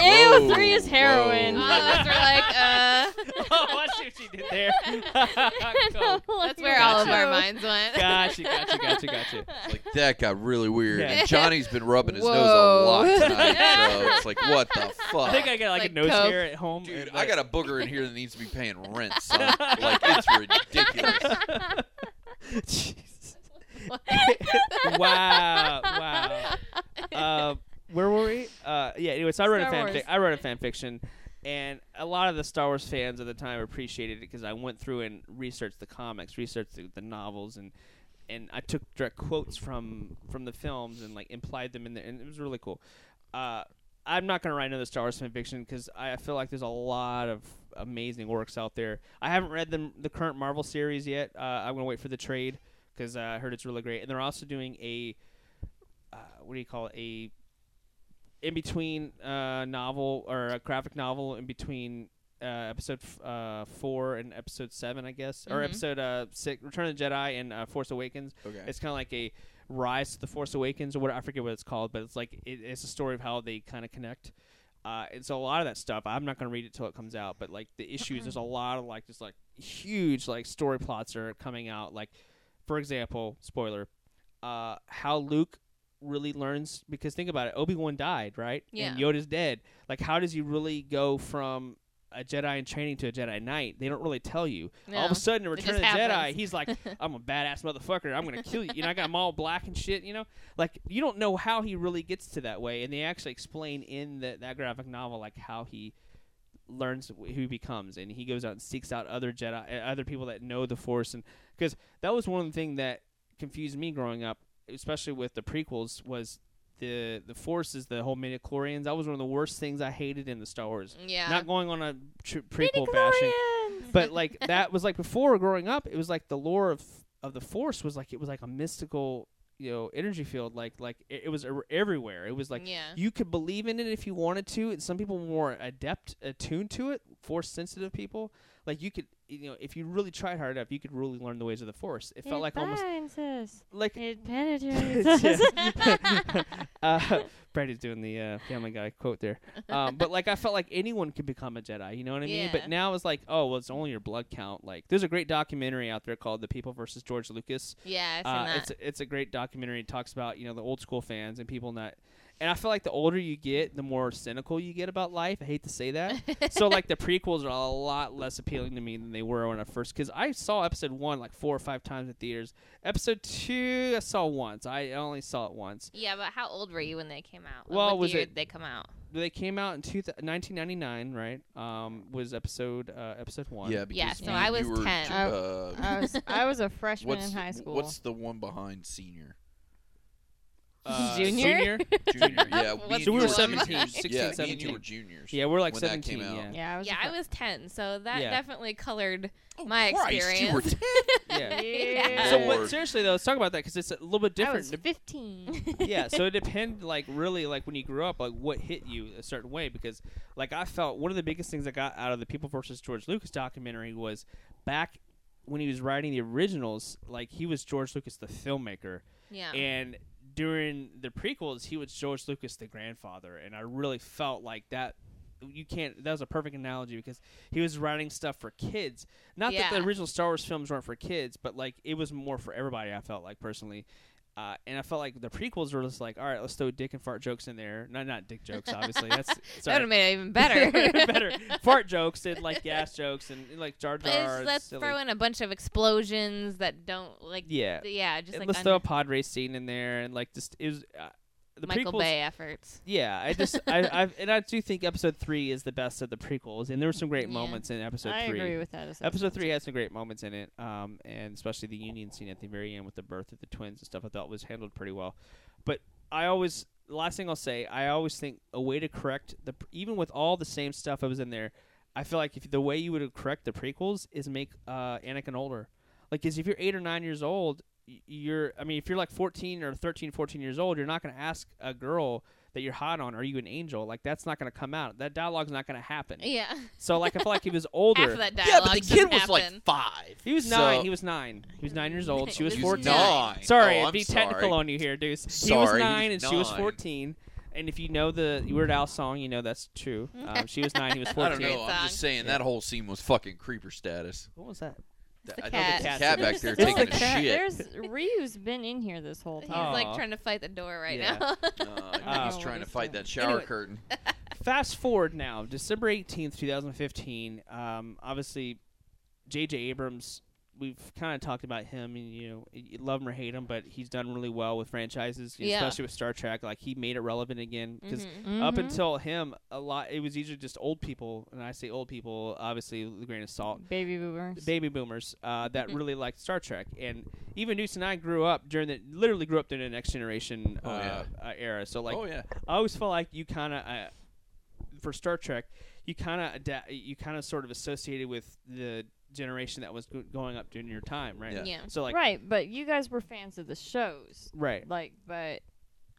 like,
AO3
whoa,
is heroin. Uh,
whoa.
All of us were like, uh,
oh, I see what she did there. Coke.
that's where all of our
Gotcha.
minds went.
Gotcha, gotcha, gotcha, gotcha.
Like that got really weird.
Yeah.
And Johnny's been rubbing his nose a
Whoa.
lot tonight, so it's like, what the fuck?
I think I got like,
Like
a nose
Coke.
hair at home.
Dude,
but-
I got a booger in here that needs to be paying rent, son. like it's ridiculous.
Jeez. wow, wow. Uh, where were we? Uh, yeah. Anyway, so I wrote
Star
a fan.
Wars.
Fic- I wrote a fan fiction, and a lot of the Star Wars fans at the time appreciated it because I went through and researched the comics, researched the, the novels, and and I took direct quotes from from the films and like implied them in there, and it was really cool. Uh, I'm not gonna write another Star Wars fan fiction because I I feel like there's a lot of amazing works out there. I haven't read the the current Marvel series yet. Uh, I'm gonna wait for the trade because uh, I heard it's really great, and they're also doing a uh, what do you call it a in between uh, novel or a graphic novel in between uh, episode f- uh, four and episode seven, I guess, or
Mhm.
episode uh, six, Return of the Jedi and uh, Force Awakens.
Okay.
It's kind of like a Rise to the Force Awakens, or what I forget what it's called, but it's like it, it's a story of how they kind of connect. Uh, and so a lot of that stuff, I'm not gonna read it till it comes out. But like the issues, there's a lot of like just like huge like story plots that are coming out. Like for example, spoiler, uh, how Luke really learns because think about it, Obi Wan died, right? And Yoda's dead. Like how does he really go from a Jedi in training to a Jedi Knight? They don't really tell you. All of
No.
a sudden, in
It just
Return of the Jedi,
happens.
he's like, "I'm a badass motherfucker. I'm gonna kill you." You know, I got them all black and shit. You know, like you don't know how he really gets to that way, and they actually explain in the, that graphic novel like how he learns wh- who he becomes, and he goes out and seeks out other Jedi, uh, other people that know the Force, and because that was one thing that confused me growing up, especially with the prequels, was the the Force is the whole midi chlorians. That was one of the worst things I hated in the Star Wars.
Yeah.
Not going on a tr- prequel bashing but like that was like before growing up it was like the lore of of the force was like it was like a mystical you know energy field like like it, it was er- everywhere it was like
Yeah.
you could believe in it if you wanted to and some people were more adept attuned to it force sensitive people like you could you know if you really tried hard enough you could really learn the ways of the force it felt like almost
binds us.
like
It penetrates us.
Yeah. uh, Brady's doing the uh, Family Guy quote there, um, but like I felt like anyone could become a Jedi, you know what I mean?
Yeah.
But now it's like, oh well, it's only your blood count. Like, there's a great documentary out there called "The People versus George Lucas."
yeah, I've seen
Uh,
that.
it's a, it's a great documentary. It talks about you know the old school fans and people not. And I feel like the older you get, the more cynical you get about life. I hate to say that. so like the prequels are a lot less appealing to me than they were when I first because I saw episode one like four or five times in theaters. Episode two I saw once. I only saw it once.
yeah, but how old were you when they came out?
Well,
what
was
year
it-
did they come out?
They came out in two th- 1999, right? Um, was episode uh, episode one.
Yeah, because
Yeah, so
you,
I
you
was
were,
10.
Uh,
I was I was a freshman
what's
in high school.
what's the one behind senior?
uh,
Junior?
senior.
Junior, yeah. me
What's
and
So
you
we were
Junior.
17,
juniors.
16,
yeah, me and
17.
you were juniors.
yeah, we're like
when that
17.
came out.
yeah.
Yeah, I was.
yeah, I was 10, so that
Yeah.
definitely colored
Oh,
my
Christ, you were
experience.
yeah.
Yeah.
So, but
Lord.
seriously though, let's talk about that because it's a little bit
I was
different.
15.
yeah, so it depend like really like when you grew up, like what hit you a certain way because like I felt one of the biggest things I got out of the People versus George Lucas documentary was back when he was writing the originals, like he was George Lucas the filmmaker,
yeah.
and during the prequels he was George Lucas the grandfather, and I really felt like that. You can't. That was a perfect analogy because he was writing stuff for kids. Not that
Yeah.
the original Star Wars films weren't for kids, but like it was more for everybody. I felt like personally, uh, and I felt like the prequels were just like, all right, let's throw dick and fart jokes in there. No, not dick jokes, obviously. That's
That would
sorry.
have made it even better.
uh, better fart jokes and like gas jokes and like Jar
Let's-
Jar. and
let's
silly-
throw in a bunch of explosions that don't like.
Yeah.
th- yeah, just
and
like
let's
un-
throw a pod race scene in there and like just it was uh, the
Michael
prequels.
Bay efforts.
Yeah, I just I I've, and I do think episode three is the best of the prequels, and there were some great
Yeah.
moments in episode
I
three.
agree with that. assessment.
Episode three had some great moments in it, um, and especially the union scene at the very end with the birth of the twins and stuff. I thought was handled pretty well. But I always, the last thing I'll say, I always think a way to correct the pr- even with all the same stuff that was in there, I feel like if the way you would correct the prequels is make uh, Anakin older. Like, 'cause if you're eight or nine years old, y- you're I mean, if you're like 14 or 13, 14 years old, you're not going to ask a girl that you're hot on, are you an angel? Like, that's not going to come out. That dialogue's not going to happen.
Yeah,
So, like, I feel like he was older.
half of that dialogue
yeah, but the kid
doesn't
was
happen.
like five.
He was
so-
nine. He was nine. He was nine years old. She was
He
fourteen.
nine.
Sorry,
Oh, I'm
be technical
sorry.
on you here, Deuce.
Sorry,
he was
he
nine
was
and she was
nine.
fourteen. And if you know the Weird Al song, you know that's true. Um, she was nine. He was
I
fourteen.
don't know. I'm just saying that whole scene was fucking creeper status.
What was that?
I know
cat.
there's a cat back there
It's
taking
the
a
cat.
shit.
There's Ryu's been in here this whole
He's
time.
Aw.
like trying to fight the door right
Yeah.
now.
Uh, he's
Oh,
trying to
he's
fight
doing-
that shower
Anyway.
curtain.
Fast forward now, December eighteenth, two thousand fifteen. Um, obviously, J.J. Abrams. We've kind of talked about him, and you know, you love him or hate him, but he's done really well with franchises,
Yeah.
especially with Star Trek. Like he made it relevant again because
Mhm.
Mm-hmm.
up until him a lot it was usually just old people and i say old people obviously with a grain of salt
baby boomers.
baby boomers uh, that really liked star trek and even Deuce and i grew up during the literally grew up during the next generation
Oh,
uh,
yeah.
uh, era so like
oh yeah.
i always felt like you kind of uh, for star trek you kind of adapt you kind of sort of associated with the generation that was go- going up during your time right
Yeah.
yeah.
so like
right, but you guys were fans of the shows.
right
Like, but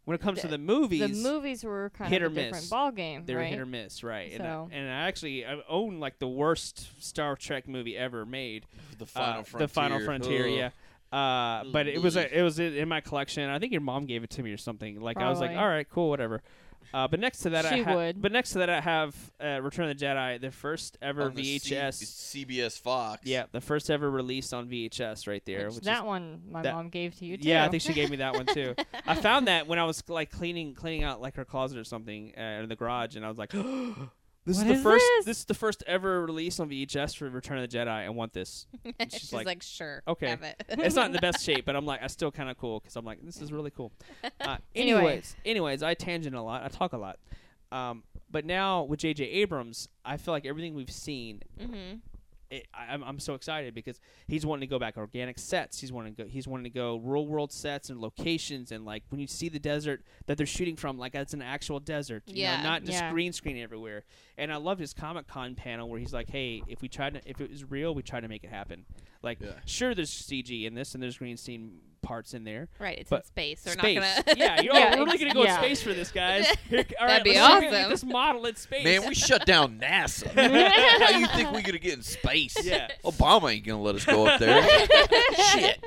when it comes to
The-
the movies
the movies were kind
hit
of
or
a
miss.
different ball game,
They were
right?
hit or miss, right? And, I,
So-
and I actually I own like the worst Star Trek movie ever made,
The final
uh,
frontier.
the Final Frontier,
Ugh.
yeah. Uh, but it was
Ugh.
a, it was in in my collection. I think your mom gave it to me or something. Like I was like,
Probably.
all right, cool, whatever. Uh, but next to that, I
She
ha-
would.
but next to that, I have uh, Return of the Jedi, the first ever
On the C-
VHS.
CBS Fox.
yeah, the first ever release on VHS, right there.
Which
which is
that one my
that-
mom gave to you too.
yeah, I think she gave me that one too. I found that when I was like cleaning cleaning out like her closet or something uh, in the garage, and I was like, "This is
What
the
is
first.
this?
is the first ever release on VHS for Return of the Jedi. I want this." And she's
She's
like,
like, sure,
okay.
have it.
"It's not in the best shape, but I'm like, I still kind of cool because I'm like, this is really cool." Uh, anyways,
Anyway.
anyways, I tangent a lot. I talk a lot. Um, but now with J.J. Abrams, I feel like everything we've seen
Mhm.
it, I, I'm, I'm so excited because he's wanting to go back organic sets. He's wanting to go. He's wanting to go real world sets and locations and like when you see the desert that they're shooting from, like it's an actual desert. you know,
Yeah.
not just
Yeah.
green screen everywhere. And I love his Comic Con panel where he's like, "Hey, if we tried to, if it was real, we try to make it happen." Like,
Yeah.
sure, there's CG in this and there's green screen parts in there.
Right, it's in
But
space. We're
space,
not gonna.
yeah, you're
Yeah,
we're really
ex-
gonna go in
yeah.
space for this, guys. Here, all right,
That'd be
let's see if we can get
awesome.
This model in space,
Man, we shut down NASA. How you think we gonna get in space?
Yeah.
Obama ain't gonna let us go up there. Shit.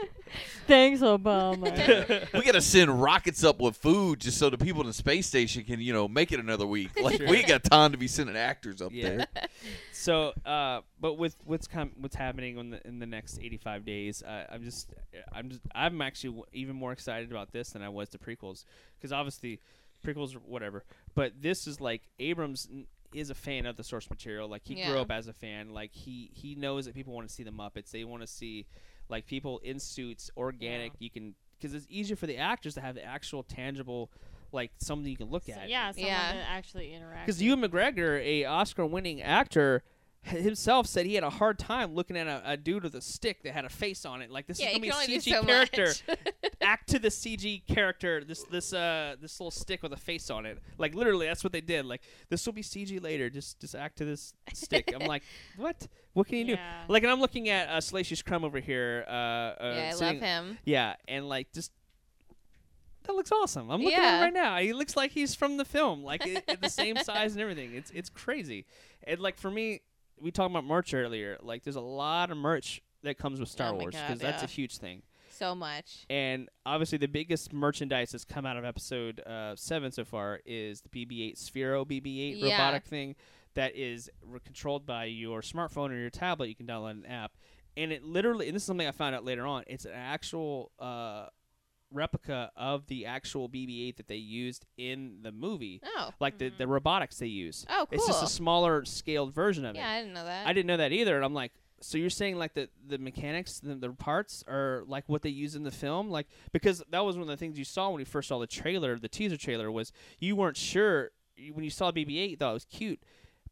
Thanks, Obama.
We gotta send rockets up with food just so the people in the space station can, you know, make it another week. Like
Sure.
we ain't got time to be sending actors up
Yeah.
there.
So, uh, but with what's com- what's happening on the, in the next 85 days, uh, I'm just I'm just I'm actually w- even more excited about this than I was the prequels because obviously prequels are whatever, but this is like Abrams n- is a fan of the source material. Like he grew
Yeah.
up as a fan. Like he he knows that people want to see the Muppets. They want to see like people in suits, organic. You can because it's easier for the actors to have the actual tangible like something you can look
So,
at
yeah, someone
Yeah.
that actually interacts.
because Ewan McGregor, a Oscar-winning actor, h- himself said he had a hard time looking at a, a dude with a stick that had a face on it. Like this
yeah,
is
you can
gonna
only
be a
do
CG
so
character.
much.
Act to the CG character. This this uh this little stick with a face on it. Like literally, that's what they did. Like this will be CG later. Just just act to this stick. I'm like, what? What can you do?
Yeah.
Like, and I'm looking at uh, Salacious Crumb over here. Uh, uh,
yeah, I love
sitting-
him.
yeah, and like just that looks awesome. I'm looking at
Yeah.
him right now. He looks like he's from the film, like it, it- the same size and everything. It's it's crazy. And like for me, we talked about merch earlier. Like there's a lot of merch that comes with Star
Oh my
Wars
God,
because that's a
yeah.
huge thing.
So much.
And obviously, the biggest merchandise that's come out of Episode uh, Seven so far is the BB-8 Sphero BB-8
Yeah.
robotic thing that is re- controlled by your smartphone or your tablet. You can download an app, and it literally. And this is something I found out later on. It's an actual uh, replica of the actual BB-8 that they used in the movie,
Oh.
like the, the robotics they use.
Oh,
It's just a
cool.
smaller scaled version of it.
Yeah, I didn't know that.
I didn't know that either. And I'm like, so you're saying like the the mechanics, the, the parts are like what they use in the film, like because that was one of the things you saw when you first saw the trailer, the teaser trailer was you weren't sure you- when you saw BB-8 thought it was cute,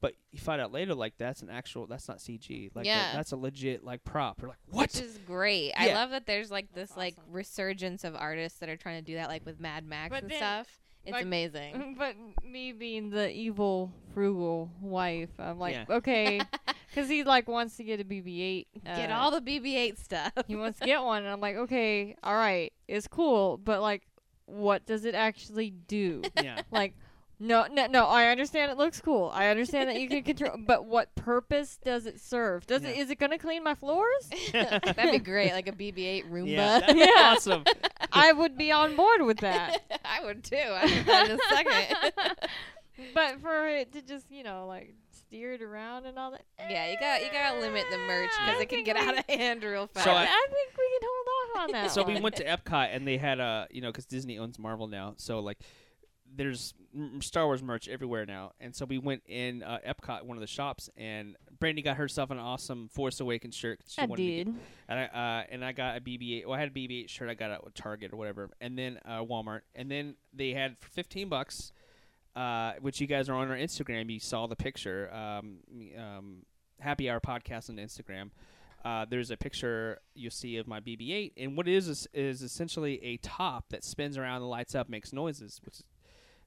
but you find out later like that's an actual that's not CG, like that-
Yeah.
that's a legit like prop. You're like
Which
what?
is great. I
Yeah.
love that there's like this like resurgence of artists that are trying to do that like with Mad Max
But
and
then,
stuff. It's
like-
amazing.
But me being the evil, frugal wife, I'm like,
Yeah.
okay, because he like wants to get a BB-8.
Get
uh,
all the BB-8 stuff.
he wants to get one, and I'm like, okay, all right, it's cool, but like, what does it actually do?
yeah,
like, no, no, no. I understand it looks cool. I understand that you can control, but what purpose does it serve? Does it
Yeah.
is it gonna clean my floors?
That'd be great, like a BB-8 Roomba.
yeah, that's
Yeah.
awesome.
I would be on board with that.
I would too. I would buy the second.
But for it to just, you know, like steer it around and all that.
yeah, you got you gotta limit the merch because
I
it can
think
get
we-
out of hand real fast.
So I-
I, I think we can hold off on that.
so we
one.
went to Epcot and they had a you know because Disney owns Marvel now, so like there's m- Star Wars merch everywhere now, and so we went in uh, Epcot, one of the shops, and Brandy got herself an awesome Force Awakens shirt. 'cause she
I
wanted to get-
did.
and I uh, and I got a BB-8. Well, I had a BB-8 shirt. I got at Target or whatever, and then uh, Walmart, and then they had for fifteen bucks, uh, which you guys are on our Instagram. You saw the picture. Um, me- um, Happy Hour Podcast on Instagram. Uh, there's a picture you'll see of my BB-8, and what it is is, is essentially a top that spins around and lights up, makes noises. Which is,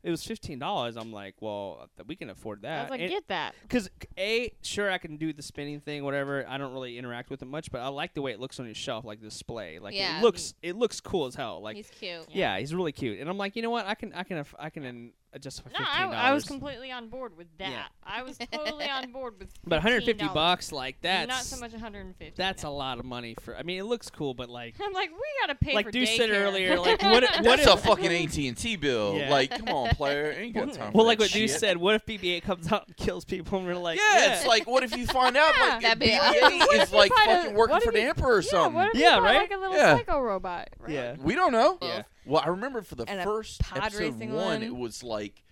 it was fifteen dollars. I'm like, well, th- we can afford that.
I was like,
And-
get that.
because a sure I can do the spinning thing, whatever. I don't really interact with it much, but I like the way it looks on your shelf, like display. Like
Yeah.
it looks, it looks cool as hell. Like
He's cute.
yeah. he's really cute, and I'm like, you know what? I can, I can, aff- I can uh, justify
No,
fifteen
I,
dollars.
I was completely on board with that.
Yeah.
I was totally on board with.
but 150
$15.
bucks, like that's
Not so much 150.
That's
no.
a lot of money for. I mean, it looks cool, but like,
I'm like, we gotta pay
like
for
Deuce said
daycare.
earlier, like what, if- what
That's a
if?
fucking AT and T bill.
Yeah.
Like, come on, player, ain't got time. for
Well, like
that
what Deuce
shit.
said, what if BB-8 comes out and kills people, and we're like,
yeah, it's like what if you find out like that
That'd be
BB-8 is like
find a-
fucking working
what
for
if
the
you-
emperor or
yeah,
something?
what if
Yeah,
yeah, right.
right?
Like a little
Yeah.
psycho robot. Right?
yeah.
we don't know.
Yeah.
Well, I remember for the
And a
first
pod
episode
racing
one,
one.
it was like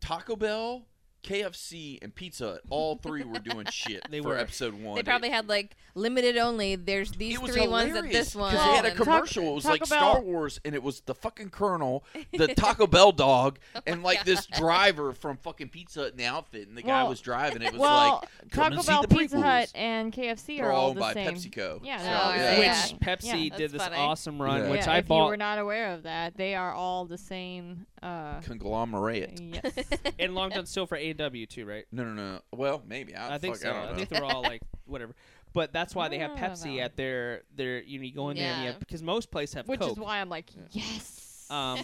Taco Bell, KFC, and Pizza. Hut. All three were doing shit
They
for
were.
episode one.
They probably had like limited only. There's these
it was
three ones at
hilarious,
this one.
'cause they had
Oh,
a
and-
commercial. it was
Taco
like
Bell-
Star Wars, and it was the fucking Colonel, the Taco Bell dog,
Oh
and like this driver from fucking Pizza Hut in the outfit, and the guy
Well-
was driving. It was
Well,
like come
Taco
and
Bell,
see the
Pizza
prequels.
Hut, and KFC
They're
are
all
all
owned
the
by
same.
PepsiCo.
Yeah,
so,
they
yeah.
Oh,
are,
yeah.
Which
Yeah.
Pepsi
Yeah,
did
that's
this
funny.
awesome run,
Yeah.
which
yeah,
I
if you
bought.
were not aware of that, they are all the same. Uh,
conglomerate.
yes.
and Long John Silver AW too, right?
No, no, no. Well, maybe. I,
I think
Ah, fuck,
so.
I
I,
don't know.
think they're all like whatever. But that's why they have
don't know about that
Pepsi
one.
at their their you know you go in there and you
Yeah.
have, because most places have
Which
Coke.
is why I'm like, yes.
Um,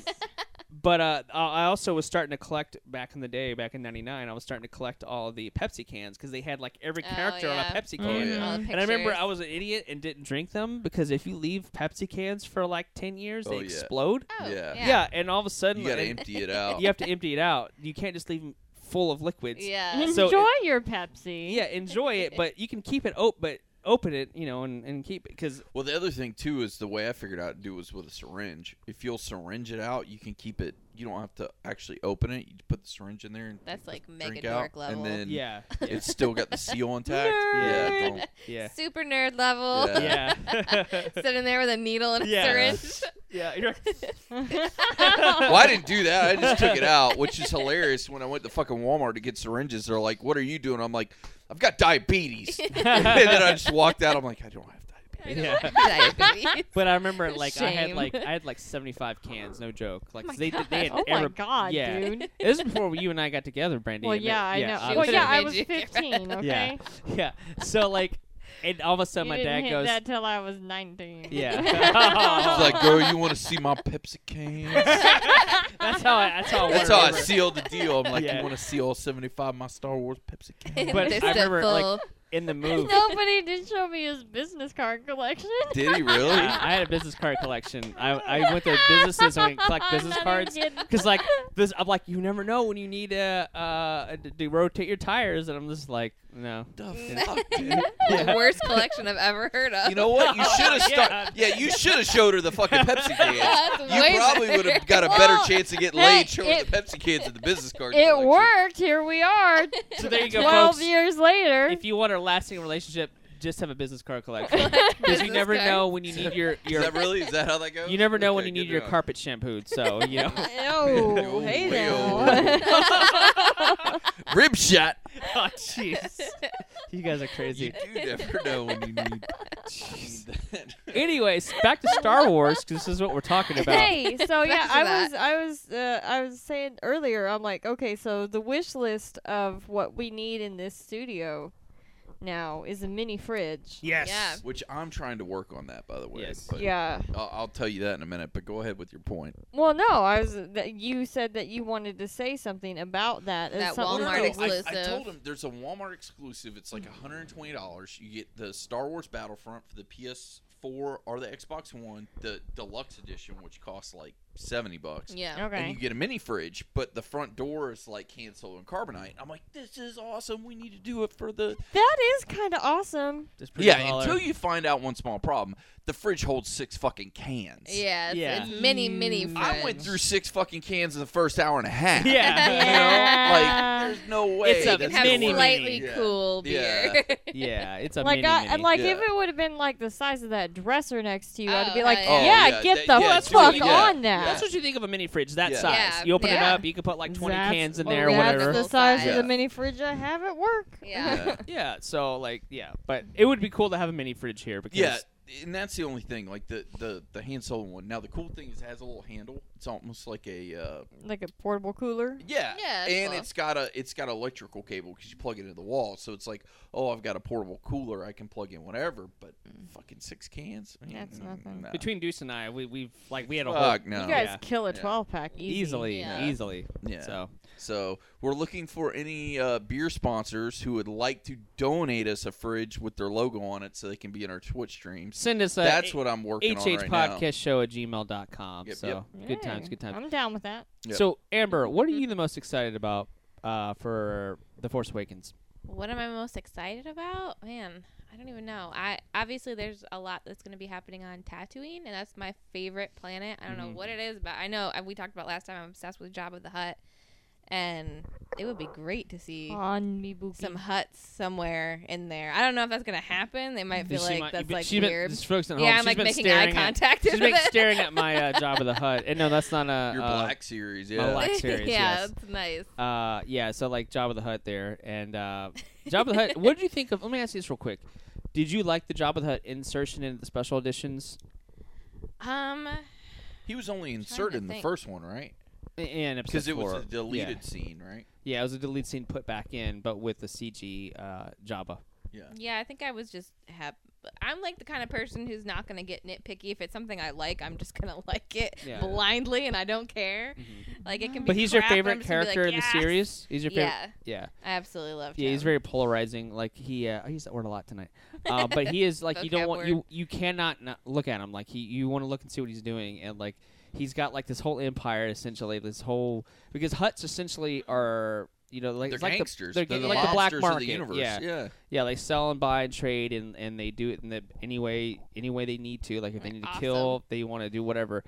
but uh, I I also was starting to collect back in the day, back in '99. I was starting to collect all the Pepsi cans because they had like every
Oh,
character
yeah.
on a Pepsi
Oh,
can.
yeah.
all the
And I remember
pictures.
I was an idiot and didn't drink them because if you leave Pepsi cans for like 10 years, they
Oh, yeah.
explode.
Oh,
Yeah.
Yeah. and all of a sudden
You gotta
and
empty it out.
you have to empty it out. You can't just leave them full of liquids.
Yeah.
Enjoy
so it-
your Pepsi.
yeah, enjoy it, but you can keep it open, but open it, you know, and, and keep it because
Well, the other thing too is the way I figured out to do was with a syringe. If you'll syringe it out, you can keep it. You don't have to actually open it. You put the syringe in there and
That's,
put
like,
the
mega
drink
dork
out, And
level.
then
yeah,
it's still got the seal intact.
Nerd.
yeah, don't.
yeah,
Super nerd level.
Yeah.
yeah,
Sitting there with a needle and a
Yeah.
syringe.
Yeah, you're
Well, I didn't do that. I just took it out, which is hilarious. When I went to fucking Walmart to get syringes, they're like, "What are you doing?" I'm like, "I've got diabetes." and then I just walked out. I'm like, "I don't have diabetes."
yeah.
Diabetes.
But I remember like I had
Shame.
like I had like 75 cans, no joke. Like
my
'cause they did- they had
oh my
Arab-
god,
yeah.
dude.
This is before you and I got together, Brandy.
Well,
and it-
yeah, I know.
yeah,
She
well,
obviously.
yeah, I
made
was
you.
15. Okay.
Yeah. yeah. So like, and all of a sudden
you
my
didn't
dad
hit
goes,
that till I was 19.
Yeah.
It's like, girl, you want to see my Pepsi cans?
"That's how I." That's how
That's
I. wanna
how I
remember it."
sealed the deal. I'm like,
Yeah.
you want to see all 75 of my Star Wars Pepsi cans?
But
They're
I remember,
still
like,
full.
in the move.
Nobody did show me his business card collection.
Did he really?
Uh, I had a business card collection. I, I went to businesses and collect business
Another
cards
kid.
because like this, I'm like you never know when you need uh, uh to, to rotate your tires, and I'm just like no.
The fuck, Oh, dude?
Yeah.
The worst collection I've ever heard of.
You know what? You should have started.
Yeah.
Yeah, you should have showed her the fucking Pepsi cans.
That's
You
way
probably
better.
would have got a better
Well,
chance of getting
hey,
laid showing
it-
the Pepsi cans at the business card.
It
collection.
worked. Here we are,
So there you go,
12
folks.
years later.
If you want a lasting relationship, just have a business card collection because
Business
you never
card.
know when you need your your.
Is that really? Is that how that goes?
You never know when
Okay,
you need
good
your
to know.
carpet shampooed, so you know.
oh, hey
Way
now.
Rib shot.
oh, jeez. You guys are
You
crazy.
do never know when you need, need that.
Anyways, back to Star Wars because this is what we're talking about.
Hey, so yeah,
Back to
I
that.
was, I was, uh, I was saying earlier. I'm like, okay, so the wish list of what we need in this studio now is a mini fridge.
Yes.
Yeah.
Which I'm trying to work on that, by the way.
Yes.
But
Yeah.
I'll, I'll tell you that in a minute. But go ahead with your point.
Well, no, I was. That you said that you wanted to say something about that. as
That
something
Walmart
I-
that-
ex- exclusive.
I, told him there's a Walmart exclusive. It's like $120. You get the Star Wars Battlefront for the PS4 or the Xbox One, the deluxe edition, which costs like 70 bucks.
Yeah.
Okay.
And you get a mini fridge, but the front door is like cancel and carbonite. I'm like, this is awesome. We need to do it for the
That is kind of awesome.
Just put it
Yeah,
all
until
over.
you find out one small problem. The fridge holds six fucking cans.
Yeah. It's,
Yeah.
it's mini, mini fridge.
I went through six fucking cans in the first hour and a half.
Yeah.
You know? Like, there's no way.
It's a
You can
that's
have
gonna
mini,
work.
slightly
Yeah.
cool
Yeah.
beer.
Yeah, it's a
like
mini,
I
mini.
and like if
Yeah.
it would have been like the size of that dresser next to you, I'd
Oh,
be like,
hell
yeah.
yeah,
Oh, yeah,
get
that-
the
yeah,
that's
fuck
really good.
on
Yeah.
that.
That's what you think of a mini fridge that
Yeah.
size.
Yeah,
You open
yeah.
it up, you can put like 20
That's-
cans in there or
that's
whatever.
the
Full
size
size.
of
Yeah.
the mini fridge I have at work.
yeah.
Yeah.
yeah, so like yeah, but it would be cool to have a mini fridge here because
Yeah, and that's the only thing. Like the the the hand solo one. Now the cool thing is it has a little handle. It's almost like a uh,
Like a portable cooler.
yeah.
Yeah, it's
and
cool.
it's got a it's got an electrical cable because you plug it into the wall. So it's like, oh, I've got a portable cooler. I can plug in whatever. But fucking six cans. I mean, mm,
That's nothing.
nah.
between Deuce and I, we we've like we had a whole
Fuck no.
You guys
Yeah.
kill a
Oh, Yeah.
12 pack easy.
easily,
Yeah.
easily.
Yeah.
So
So we're looking for any uh, beer sponsors who would like to donate us a fridge with their logo on it, so they can be in our Twitch streams.
send us a
That's what I'm working on right now.
hhpodcastshow at gmail.com.
Yep,
so
yep.
good times, good times.
I'm down with that.
Yep.
So Amber, what are
Mm-hmm.
you the most excited about uh, for The Force Awakens?
What am I most excited about? Man, I don't even know. I obviously there's a lot that's going to be happening on Tatooine, and that's my favorite planet. I don't know what it is, but I know and we talked about last time. I'm obsessed with Jabba the Hutt, and it would be great to see
On me bookie.
some huts somewhere in there. I don't know if that's going to happen. They might feel
She
like
might-
that's
but
like
she's been-
weird.
just focusing on
Yeah,
home.
I'm,
She's
like,
been
making
staring
eye
at-
contact
She's
with
been
it.
staring at my uh, Job of the Hut, and no, that's not a
Your
uh,
black series, yeah.
my black series,
yeah,
yes.
it's nice.
Uh, yeah, so like Job of the Hut there, and uh, Job of the Hut. What did you think of? Let me ask you this real quick. Did you like the Job of the Hut insertion into the special editions?
Um,
He was only
to
inserted in the
think.
first one, right?
And
Because it was a deleted scene, right?
Yeah. yeah, it was a deleted scene put back in, but with the CG uh, Jabba.
yeah, I think I was just hap- I'm like the kind of person who's not going to get nitpicky. If it's something I like, I'm just going to like it
Yeah.
blindly, and I don't care. Like it can.
But
be
he's your
crap, and
favorite
I'm just gonna be
character
like,
in the
"Yes!"
series. He's your favorite. yeah.
Yeah, I absolutely loved
Yeah,
him.
he's very polarizing. Like he, uh, I use that word a lot tonight. Uh, but he is like you don't
Vocab
want
word.
you you cannot not look at him. Like he, you want to look and see what he's doing, and like he's got like this whole empire essentially. This whole because huts essentially are you know like
They're
it's like
gangsters.
The,
they're the
like the black
mobsters
market.
of the universe.
Yeah,
yeah.
yeah, they sell and buy and trade, and, and they do it in the any way any way they need to. Like if they
Like,
need to
awesome.
kill, they want to do whatever.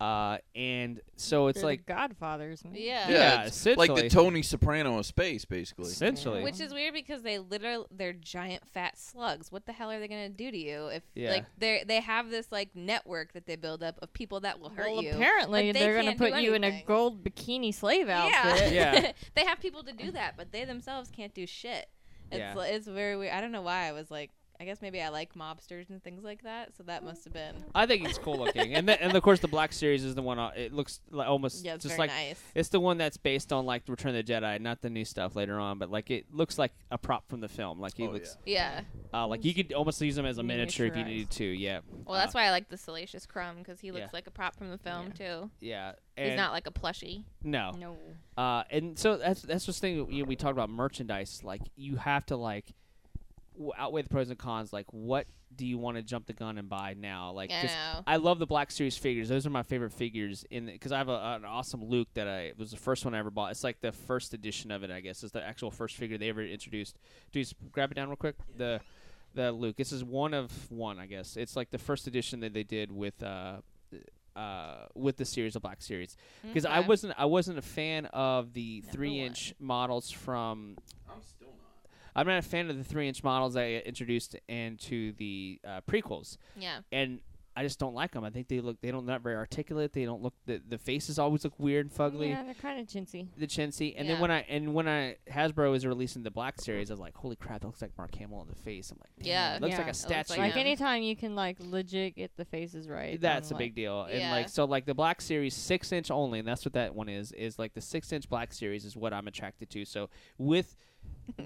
Uh, and so Oh, it's
You're the
like
Godfathers. man.
Yeah.
yeah,
it's
essentially,
like the Tony Soprano of space, basically.
essentially,
Which is weird because they literally they're giant fat slugs. What the hell are they gonna do to you if
Yeah.
like they they have this like network that they build up of people that will hurt
Well,
you.
apparently
but they
they're gonna
can't do
put you in a
anything.
gold bikini slave
yeah,
outfit.
Yeah.
they have people to do that, but they themselves can't do shit. It's
Yeah.
li- it's very weird. I don't know why I was like. I guess maybe I like mobsters and things like that, so that must have been
I think it's cool looking. and then, and of course, the Black Series is the one. uh, It looks like almost
yeah, it's
just
very
like
nice.
It's the one that's based on like Return of the Jedi, not the new stuff later on, but like it looks like a prop from the film. Like he
Oh,
looks
Yeah,
uh, like you could almost use him as a
Miniaturized.
miniature if you needed to. Yeah. Uh,
well, that's why I like the Salacious Crumb because he looks
yeah.
like a prop from the film too.
yeah.
He's
And-
not like a plushie.
no.
No.
Uh, and so that's that's this thing you know, we talked about merchandise. Like you have to like w- outweigh the pros and cons. Like what do you want to jump the gun and buy now? Like
I
just-
know.
I love the Black Series figures. Those are my favorite figures in because I have a, an awesome Luke that I it was the first one I ever bought. It's like the first edition of it, I guess. It's the actual first figure they ever introduced. Dude, just grab it down real quick. The the Luke. This is one of one, I guess. It's like the first edition that they did with uh uh with the series of Black Series because I
Okay.
wasn't I wasn't a fan of the
Number
three inch models from
I'm still not.
I'm not a fan of the three inch models I introduced into the uh, prequels
Yeah.
and I just don't like them. I think they look they don't not very articulate. They don't look the the faces always look weird and fugly.
Yeah, they're kind of chintzy.
The chintzy, and then
Yeah.
when I and when I Hasbro was releasing the Black Series, I was like, holy crap, that looks like Mark Hamill in the face. I'm like, damn,
Yeah.
it looks like
Yeah.
a
It
looks like
statue.
Like
Yeah.
anytime you can like legit get the faces right.
That's
I'm
a big
like-
deal. And
Yeah.
like so like the black series six inch only, and that's what that one is, is like the six inch black series is what I'm attracted to. So with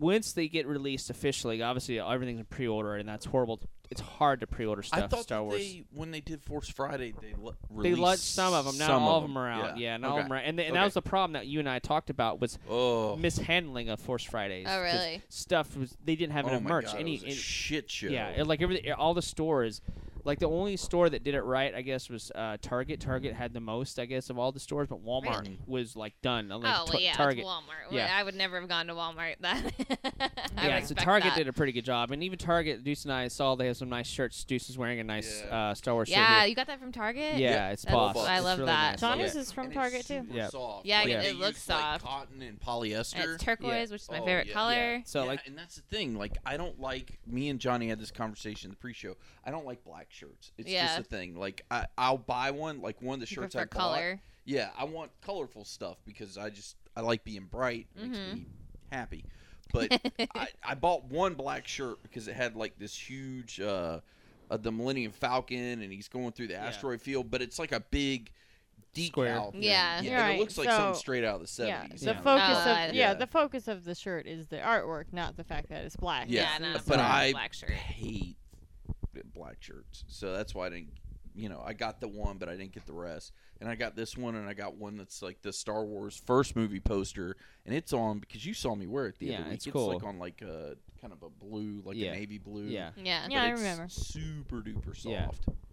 once they get released officially, obviously everything's in pre order and that's horrible. It's hard to pre order stuff
I thought
Star
that
Wars.
they when they did Force Friday, they l-
They
released
launched some of them. Not all of them are out. Yeah, not all
okay.
of them are. out. And, th- and that
Okay.
was the problem that you and I talked about was
Oh,
mishandling of Force Fridays.
Oh,
'cause
really?
Stuff was they didn't have
oh
enough
my
merch.
God,
Any,
it was a
any-
shit show.
yeah, it- like everything, all the stores. Like the only store that did it right, I guess, was uh, Target. Target had the most, I guess, of all the stores, but Walmart
Really?
was like done. Unlike
oh, well,
Tar-
yeah, it's
Target.
Walmart.
Yeah.
I would never have gone to Walmart. That I
yeah, so
respect
Target
that.
did a pretty good job, and even Target, Deuce and I saw they have some nice shirts. Deuce is wearing a nice
Yeah.
uh, Star Wars
Yeah,
shirt.
you got that from Target.
here. yeah, it's
That's-
boss.
I
It's
love
really
that.
nice.
Thomas
Thomas
Yeah.
is from
And it's
Target too.
super
Yeah.
Soft.
Yeah,
Like,
it-
they
it looks
used, like,
soft.
cotton and polyester.
And it's turquoise, which is my
Oh,
favorite
yeah.
color.
So
yeah,
like,
and that's the thing. Like, I don't like. Me and Johnny had this conversation in the pre-show. I don't like black shirts. It's
Yeah.
just a thing. Like, I, I'll buy one. Like one of the
You
shirts I
prefer
bought.
color.
Yeah, I want colorful stuff because I just I like being bright. It
Mhm.
makes
Mm-hmm.
me happy. But I, I bought one black shirt because it had like this huge uh, uh the Millennium Falcon and he's going through the
Yeah.
asteroid field, but it's like a big decal.
Square.
thing.
Yeah.
and
Right,
it looks like something
so-
straight out of the
Yeah,
seventies.
the
Yeah.
focus Oh, of yeah,
God.
Yeah.
the focus of the shirt is the artwork, not the fact that it's black.
Yeah,
It's-
no,
it's
but
black.
I
black shirt.
hate black shirts, so that's why I didn't. You know, I got the one, but I didn't get the rest. And I got this one, and I got one that's like the Star Wars first movie poster, and it's on because you saw me wear it the
Yeah,
other week.
it's cool.
like on like a kind of a blue, like
Yeah.
a navy blue.
yeah,
Yeah.
but
Yeah, I
it's
remember.
Super duper soft.
Yeah.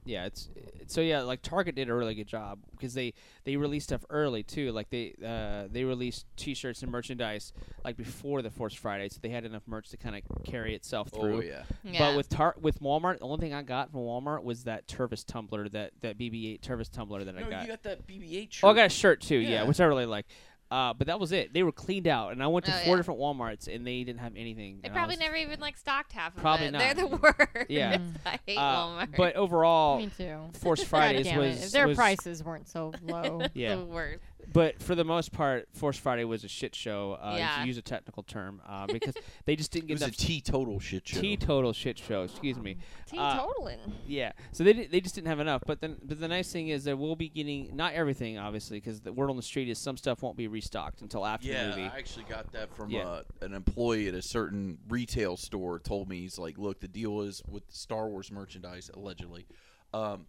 yeah it's eh, so yeah like target did a really good job because they they released stuff early too like they uh they released t-shirts and merchandise like before the force friday so they had enough merch to kind of carry itself through
Oh yeah.
Yeah.
but with tar- with walmart the only thing i got from walmart was that turvis tumbler that that bb8 turvis tumbler that
no,
i got
you got that BB-8 shirt.
Oh, I got a shirt too. Yeah,
Yeah.
which I really like. Uh, but that was it. They were cleaned out, and I went to
Oh,
four
yeah.
different WalMarts, and they didn't have anything.
they
and I
probably
was-
never even like stocked half of
Probably
it. They're
not.
the worst.
Yeah.
I hate
Uh,
Walmart.
but overall,
Me too.
Force
God
Fridays
damn
was
it. If their
was-
prices weren't so low.
Yeah,
The worst.
but for the most part, Force Friday was a shit show. Uh,
Yeah.
To use a technical term, uh, because they just didn't
It
get
was a
enough
teetotal shit show.
teetotal shit show. Excuse me. Uh,
Teetotaling.
Yeah. So they di- they just didn't have enough. But then but the nice thing is that we'll be getting not everything obviously because the word on the street is some stuff won't be restocked until after
Yeah,
the movie.
I actually got that from
Yeah.
uh, an employee at a certain retail store. Told me he's like, look, the deal is with the Star Wars merchandise allegedly. Um,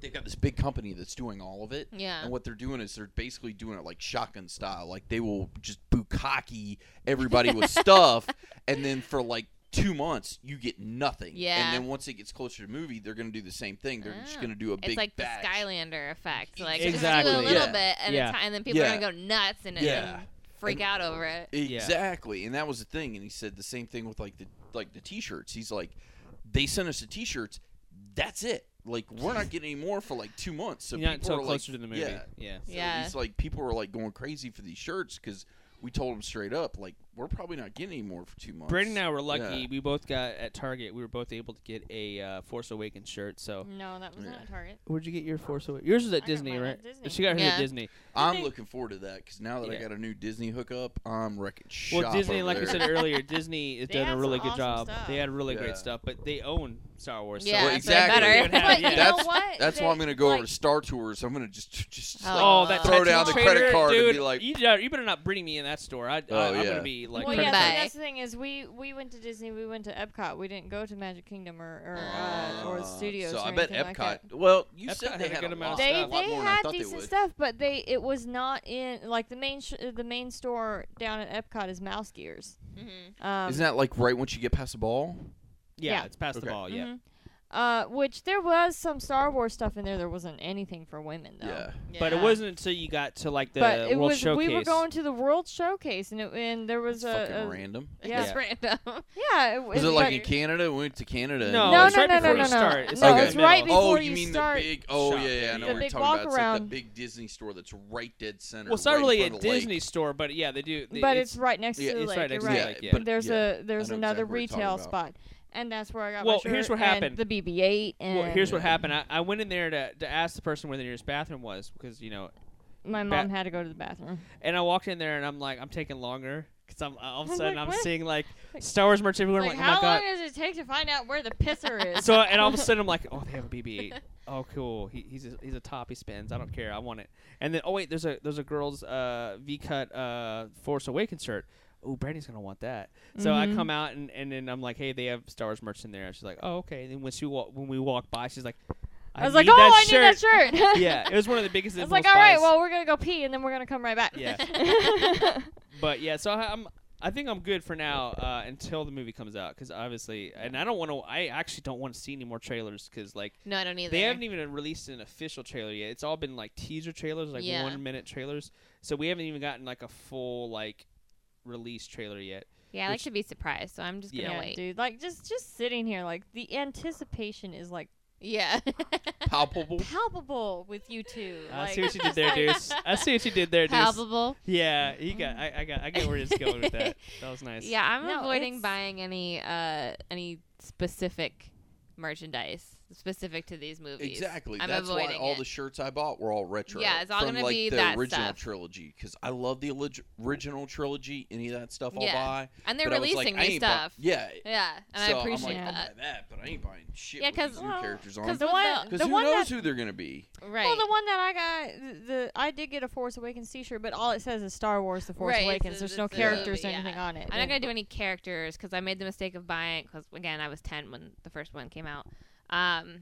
they've got this big company that's doing all of it,
Yeah.
and what they're doing is they're basically doing it like shotgun style. Like they will just bukkake everybody with stuff, and then for like two months you get nothing.
Yeah.
and then once it gets closer to the movie, they're gonna do the same thing. They're just
Ah.
gonna do a big
It's like
batch.
the Skylander effect. Like
Exactly.
just do a
Yeah.
little bit at
Yeah.
a time, and then people
Yeah.
are gonna go nuts and,
Yeah.
and freak out over it.
Exactly. And that was the thing. And he said the same thing with like the like the t shirts. He's like, they sent us the t shirts, that's it. like we're not getting any more for like two months. So
Not
people
until
are, like-
closer to the movie.
Yeah,
yeah.
So
Yeah.
It's like people were like going crazy for these shirts because we told them straight up, like we're probably not getting any more for two months.
Brandon and I were lucky.
Yeah.
We both got at Target. We were both able to get a uh, Force Awakens shirt. So
No, that was
Yeah.
not Target.
where'd you get your Force Awakens? Yours was
Mm. I
at
got
Disney,
mine
right?
at Disney.
She got hers at
Yeah.
Disney.
I'm looking forward to that because now that I
Yeah.
got a new Disney hookup, I'm wrecking shop.
Well, Disney,
over
like I
there.
said earlier, Disney has
They
done
had
a
some
really good
awesome
job.
stuff.
They had really
Yeah.
great stuff, but they own Star Wars. so
Yeah,
Well,
so they're
exactly.
better.
They would have,
But
yeah.
you
That's-
know what?
That's why
They-
I'm gonna go over
like-
to Star Tours. I'm gonna just just
Oh.
like,
Oh, that
throw
tattoo
down the
trader,
credit card and
dude.
be like-
you, yeah, you better not bring me in that store. I,
Oh,
I, I'm
yeah.
gonna be like,
well,
credit
yeah,
card-
so
Bye.
that's the thing is we we went to Disney, we went to Epcot, we didn't go to Magic Kingdom or or, uh, or
Uh,
the studios.
So
or
I bet
anything
Epcot.
Like that.
Well, you
Epcot
said
had
they
a good amount
lot-
of
they
stuff.
a lot
they
more than I
had
thought they
decent
would.
stuff, but they it was not in like the main sh- the main store down at Epcot is Mouse Gears.
Mhm.
Um,
Isn't that like right once you get past the ball?
yeah,
Yeah.
it's past
Okay.
the ball. Yeah,
mhm. Uh, which there was some Star Wars stuff in there. There wasn't anything for women though.
Yeah.
but it
Yeah.
wasn't until you got to like the
but it
World
was
Showcase.
we were going to the World Showcase and it, and there was
It's fucking
a, a
random.
Yeah.
It's random.
yeah. It,
Was it like
but-
in Canada? We went to Canada. and,
No,
No,
it's
no,
right
no,
before
no,
you
no, no.
start. It's
No,
like
Okay.
it's
the
right
middle.
before
oh,
you
you, mean
start-
the big? Oh
shop.
yeah, yeah. I know
The
what you're
big
talking about. It's like the
walk-around.
big Disney store that's right dead center.
Well, it's not
right in
really a
front of the lake.
Disney store, but yeah, they do. They,
but it's, right next
yeah,
to the
it's
lake.
right
you're
next to the
right.
lake, yeah.
but
there's
yeah,
a there's
know
another
exactly what you're talking
retail
about.
spot, and that's where I got
Well,
my shirt.
here's what
and
happened.
The BB-8 and
Well, here's what happened. I, I went in there to, to ask the person where the nearest bathroom was because you know,
my
Ba-
mom had to go to the bathroom.
and I walked in there and I'm like, I'm taking longer because I'm all of a
I'm
sudden
like,
I'm
what?
seeing like Star Wars merch everywhere. I'm like, oh my god.
does it take to find out where the pisser
so and all of a sudden I'm like, oh, they have a BB-8. Oh, cool. He, he's a, he's a top. He spins. I don't care. I want it. And then oh wait, there's a there's a girl's uh, V-cut uh, Force Awakens shirt. Oh, Brandy's gonna want that. So I
Mhm.
come out and, and then I'm like, hey, they have Star Wars merch in there. And she's like, oh okay. And then when she wa- when we walk by, she's like, I,
I was like,
need
oh,
that
I
shirt.
need that shirt.
yeah, it was one of the biggest.
I was
impulse
like, all right,
buys.
well, we're gonna go pee and then we're gonna come right back.
Yeah. but yeah, so I- I'm. I think I'm good for now uh, until the movie comes out because obviously, and I don't want to. I actually don't want to see any more trailers because like
No, I don't either.
they haven't even released an official trailer yet. It's all been like teaser trailers, like
Yeah.
one minute trailers. So we haven't even gotten like a full like release trailer yet.
yeah, I like
which-
to be surprised, so I'm just gonna
Yeah.
Yeah,
wait.
dude. Like just just sitting here, like the anticipation is like
Yeah.
Palpable.
palpable with you two.
I
like,
see what you did there, Deuce. I see what you did there, Deuce.
Palpable.
Yeah, you got. I, I got. I get where it's going with that. That was nice.
Yeah, I'm
No,
avoiding
it's-
buying any uh any specific merchandise specific to these movies.
Exactly.
I'm
That's why
avoiding
all
it.
the shirts I bought were all retro.
Yeah, it's all
from,
gonna
like,
be
the
that
original
stuff.
trilogy because I love the olig- original trilogy. Any of that stuff I'll
Yeah.
buy.
and they're
but I was like,
releasing
I
new
ain't bu-
stuff.
yeah,
Yeah, and
so
I appreciate
I'm like, oh,
that.
I'll buy that, but I ain't buying shit.
Yeah,
with these
'cause-
new
well,
characters on. Because
Because the
The
one,
one-
who
that-
knows who they're gonna be?
right?
Well, the one that I got, th- the I did get a Force Awakens T-shirt, but all it says is Star Wars: The Force
Right, it's-
Awakens. There's
it's
no
a
characters
movie,
or anything
yeah.
on it.
I'm not
And-
gonna do any characters because I made the mistake of buying. Because again, I was 10 when the first one came out. Um,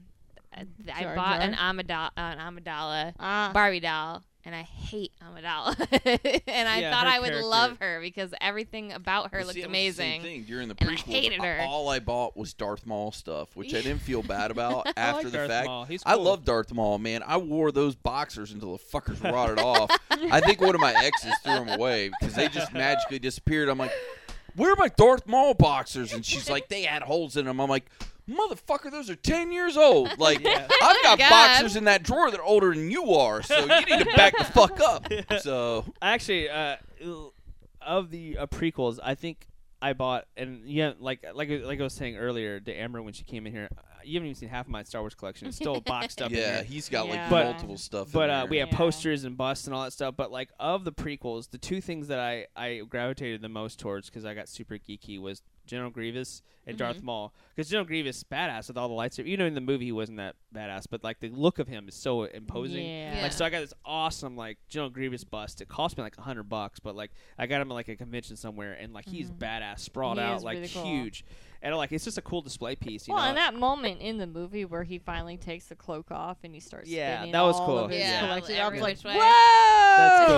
I- I
Jar
bought
Jar?
an Amidala, an Amidala
Ah,
Barbie doll, and I hate Amidala. and I
Yeah,
thought
her
I would
character-
love her because everything about her
Well,
looked
see, I was the same
amazing.
thing during the
and I
prequel.
hated her.
all I bought was Darth Maul stuff, which I didn't feel bad about
I
after
like
the
Darth
fact.
Maul. He's
I
cool.
love Darth Maul, man. I wore those boxers until the fuckers rotted off. I think one of my exes threw them away because they just magically disappeared. I'm like, where are my Darth Maul boxers? And she's like, they had holes in them. I'm like, motherfucker, those are 10 years old. Like,
Yeah.
I've got
God.
boxers in that drawer that are older than you are, so you need to back the fuck up. So,
Actually, uh, of the uh, prequels, I think I bought and yeah, like like like I was saying earlier to Amber when she came in here, uh, you haven't even seen half of my Star Wars collection. It's still boxed up. in
yeah,
here.
he's got
Yeah.
like
But-
multiple stuff. in
But uh,
there.
we have
Yeah.
posters and busts and all that stuff. But like of the prequels, the two things that I I gravitated the most towards because I got super geeky was General Grievous and Darth
Mm-hmm.
Maul. Because General Grievous is badass with all the lightsaber. You know, in the movie he wasn't that badass, but like the look of him is so imposing.
Yeah.
Like so, I got this awesome like General Grievous bust. It cost me like a hundred bucks, but like I got him at like a convention somewhere, and like he's badass, sprawled
Mm-hmm. He
out,
is
like
really cool.
huge, and like it's just a cool display piece. You
well,
know?
and that moment in the movie where he finally takes the cloak off and he starts
Yeah,
spinning
that was
all
cool.
of his
Yeah,
collected, I was
every
like,
which way.
whoa,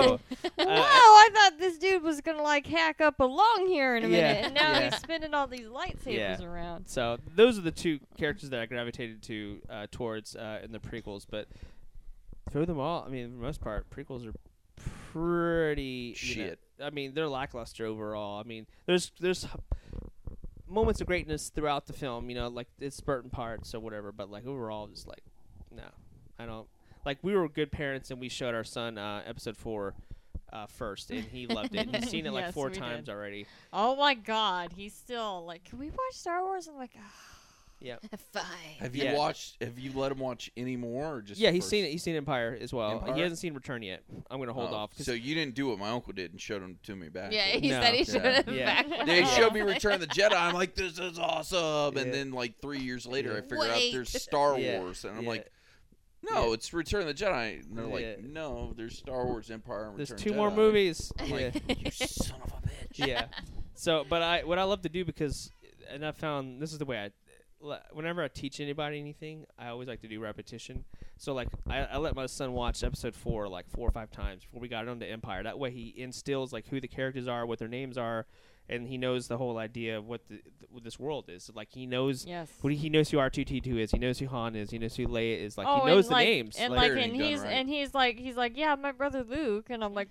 That's cool.
whoa!
Uh,
I thought this dude was gonna like hack up along here in a
Yeah,
minute, and now
yeah.
he's spinning all these lightsabers around.
So those are the two characters that I gravitated to uh, towards uh, in the prequels. But through them all, I mean, for the most part, prequels are pretty you know,
Shit.
I mean, they're lackluster overall. I mean, there's there's h- moments of greatness throughout the film. You know, like it's spurting parts or whatever. But like overall, it's like no, I don't. Like we were good parents, and we showed our son uh, episode four uh, first, and he loved it. He's seen it like
Yes,
four
we did.
times already.
Oh my God, he's still like, can we watch Star Wars? I'm like, "Ah."
Fine.
Have you
Yeah.
watched? Have you let him watch any more? Or just
yeah, he's
first?
seen it. He's seen Empire as well.
Empire?
He hasn't seen Return yet. I'm gonna hold
Oh,
off. 'cause-
So you didn't do what my uncle did and showed him to me back.
Yeah, he
No.
said he should have
Yeah.
back.
They showed me Return of the Jedi. I'm like, this is awesome.
Yeah.
And then like three years later, I
Yeah.
figure out
Wait.
there's Star
Yeah.
Wars, and I'm
Yeah.
like, no,
Yeah.
it's Return of the Jedi. And they're
Yeah.
like, no, there's Star Wars Empire. And
there's
Return
two
of
more
Jedi."
movies.
I'm
Yeah.
like, you son of a bitch.
yeah. So, but I what I love to do because, and I found this is the way I, le- whenever I teach anybody anything, I always like to do repetition. So like I, I let my son watch episode four like four or five times before we got on to Empire. That way he instills like who the characters are, what their names are, and he knows the whole idea of what the, what this world is. Like he knows.
yes.
what he- He knows who R two T two is. He knows who Han is. He knows who Leia is. Like
oh,
he knows
and
the
like,
names.
and
like-
like, and
Parenting done
he's
right.
and he's like, he's like, yeah, my brother Luke, and I'm like,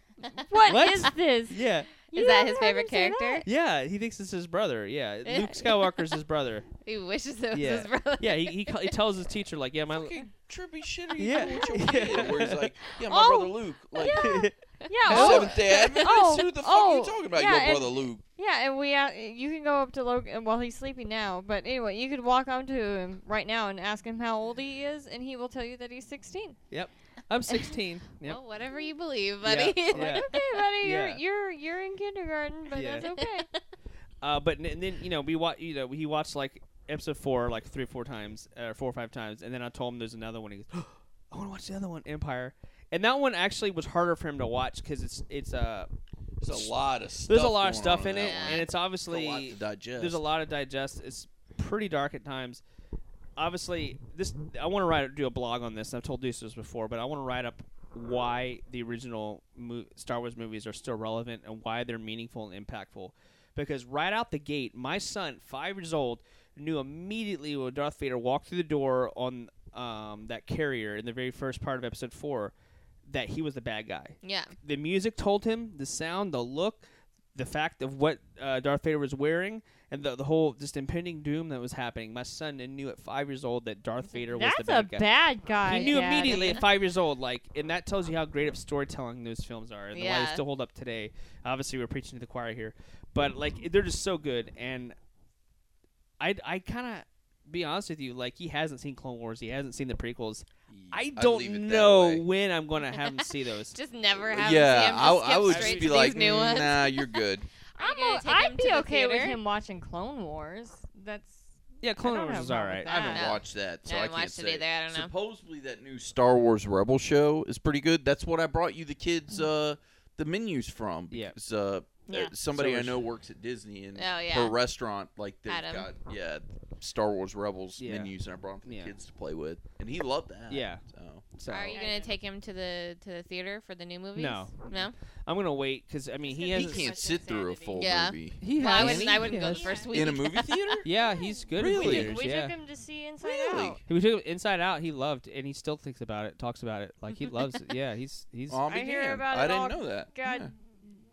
what
What?
is this?
yeah,
You
that
never
his
heard
favorite
him say
character?
that.
yeah. He thinks it's his brother. Yeah,
Yeah.
Luke Skywalker's his brother.
he wishes it was
Yeah.
his brother.
Yeah, he, he, ca- he tells his teacher like, yeah, my
Fucking trippy shit are you
Yeah.
doing with your
Yeah.
kid? Where he's like, yeah, my
Oh,
brother Luke. Like,
No.
Yeah, oh,
Seventh Day Adventist.
Oh,
Who the fuck are
oh,
you talking about?
yeah,
Your
and-
brother Luke.
yeah, and we uh, you can go up to Logan uh, well he's sleeping now, but anyway, you could walk up to him right now and ask him how old he is, and he will tell you that he's 16.
I'm 16.
Oh,
Yep.
Well, whatever you believe, buddy.
Yeah, yeah.
Okay, buddy,
Yeah.
you're you're you're in kindergarten, but
Yeah.
that's okay.
Uh, but n- and then you know we watch you know he watched like episode four like three or four times or four or five times, and then I told him there's another one. He goes, "Oh, I want to watch the other one, Empire. And that one actually was harder for him to watch because it's it's uh
There's a lot of stuff.
there's a lot of
going
stuff
on
in it,
that one.
and it's
It's a lot to
obviously
digest.
there's a lot of digest. It's pretty dark at times. Obviously, this I want to write do a blog on this. I've told you this before, but I want to write up why the original mo- Star Wars movies are still relevant and why they're meaningful and impactful. Because right out the gate, my son, five years old, knew immediately when Darth Vader walked through the door on um, that carrier in the very first part of Episode Four that he was the bad guy
yeah.
the music told him the sound the look the fact of what uh, darth vader was wearing and the, the whole just impending doom that was happening my son knew at five years old that darth vader was the
that's
bad
a
guy
bad guy.
he knew
Dad.
immediately at five years old, like, and that tells you how great of storytelling those films are, and why
Yeah.
they still hold up today. Obviously, we're preaching to the choir here, but like, they're just so good. And I, I kind of be honest with you, like, he hasn't seen Clone Wars, he hasn't seen the prequels. I
I'd leave it
don't
that
know
way.
when I'm gonna have him see those.
Just never have
yeah,
him. Just
I, I
skip
would
straight
just
to
be
these
like, "Mm,
new ones.
nah, you're good.
Are you
I'm
gonna
o-
take him
I'd
to
be
the
okay with
theater?
him watching Clone Wars. That's
yeah,
I
Clone
don't
Wars
have a
is all
problem with
right.
that.
I haven't
No.
watched that, so
I
I,
haven't
can't
watched it
say.
either, I don't know.
Supposedly that new Star Wars Rebel show is pretty good. That's what I brought you the kids
Mm.
uh, the menus from.
Yeah.
because, uh,
Yeah.
somebody
So
I
is-
know works at Disney, and
Oh, yeah.
her restaurant like they've
Adam.
got yeah Star Wars Rebels
Yeah.
menus, and I brought them the
Yeah.
kids to play with, and he loved that.
Yeah.
so
So.
Are you
Yeah,
gonna
yeah.
take him to the to the theater for the new movies?
No.
No.
I'm gonna wait because I mean he
he
has
can't sit through a full
Yeah.
movie
He
Well, I
has.
wouldn't. I wouldn't go the
Yeah.
first week.
in a movie theater.
Yeah, he's good. at
Really?
we,
theaters,
took, we
yeah.
took him to see Inside
Really?
Out.
We took him Inside Out. He loved, and he still thinks about it, talks about it. Like he loves it. Yeah, he's he's.
I'll be
I hear
damned.
about
I
it
didn't
all.
know that.
God,
Yeah.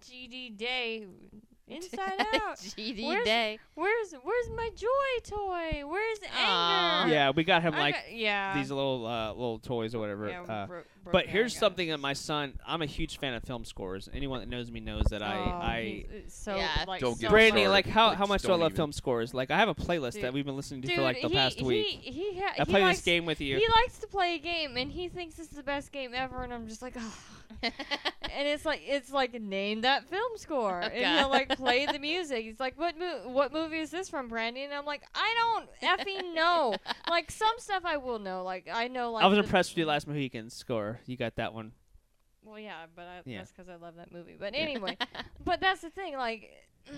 GD Day, Inside Out.
GD
Where's-
day.
Where's Where's my joy toy? Where's
Aw.
anger?
yeah, we got him
I
like
got- yeah.
these little uh, little toys or whatever.
Yeah,
uh,
bro- broke
but
down,
here's
guys.
something that my son. I'm a huge fan of film scores. Anyone that knows me knows that I
Oh,
I.
he's- it's so
Yeah.
like,
Don't
so
get
Brandy,
sorry.
like how
Like,
how much do I
don't
love
even-
film scores? Like I have a playlist
Dude.
that we've been listening to
Dude,
for like the
he,
past week.
He, he, ha-
I
he
play
likes,
this game with you.
He likes to play a game, and he thinks it's the best game ever. And I'm just like, oh. and it's like it's like name that film score,
Oh,
and he'll
God.
like play the music. He's like, what mo- what movie is this from, Brandy? And I'm like, I don't effing know. like some stuff I will know. Like I know like
I was
the-
impressed with your last Mohican score. You got that one.
Well, yeah, but I,
Yeah.
that's because I love that movie. But anyway, but that's the thing. Like,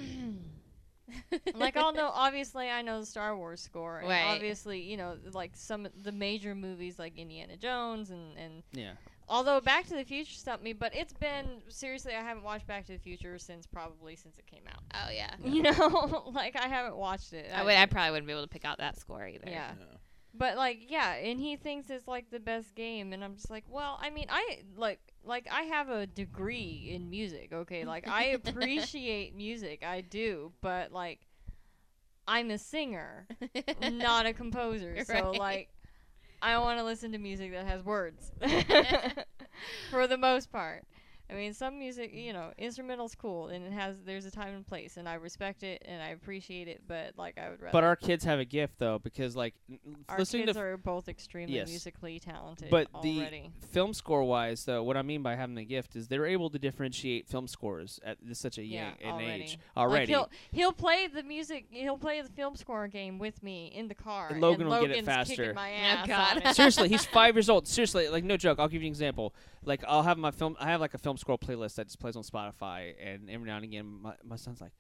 like "Oh, I'll know. Obviously, I know the Star Wars score, and
Right.
obviously, you know, like some of the major movies like Indiana Jones and and
Yeah.
although Back to the Future stumped me, but it's been seriously, I haven't watched Back to the Future since probably since it came out.
Oh yeah.
You know, like I haven't watched it.
I would. I probably wouldn't be able to pick out that score either.
yeah.
No.
But like, yeah, and he thinks it's like the best game, and I'm just like, well, I mean, I like, like I have a degree in music, okay? Like I appreciate music, I do, but like, I'm a singer, not a composer, so
Right.
like, I want to listen to music that has words for the most part. I mean, some music, you know, instrumental's cool and it has there's a time and place, and I respect it and I appreciate it. But like, I would rather.
But our kids have a gift though, because like n-
our
listening
kids
to
are both extremely
Yes.
musically talented.
but the
already.
film score wise though what i mean by having the gift is they're able to differentiate film scores at this such a
Yeah,
young an
already.
age
Like,
already
he'll he'll play the music. He'll play the film score game with me in the car.
And Logan will get it
Logan's kicking
faster.
My
Oh,
ass
God.
on it.
seriously he's five years old seriously like no joke i'll give you an example like i'll have my film i have like a film score playlist that just plays on spotify and every now and again my, my son's like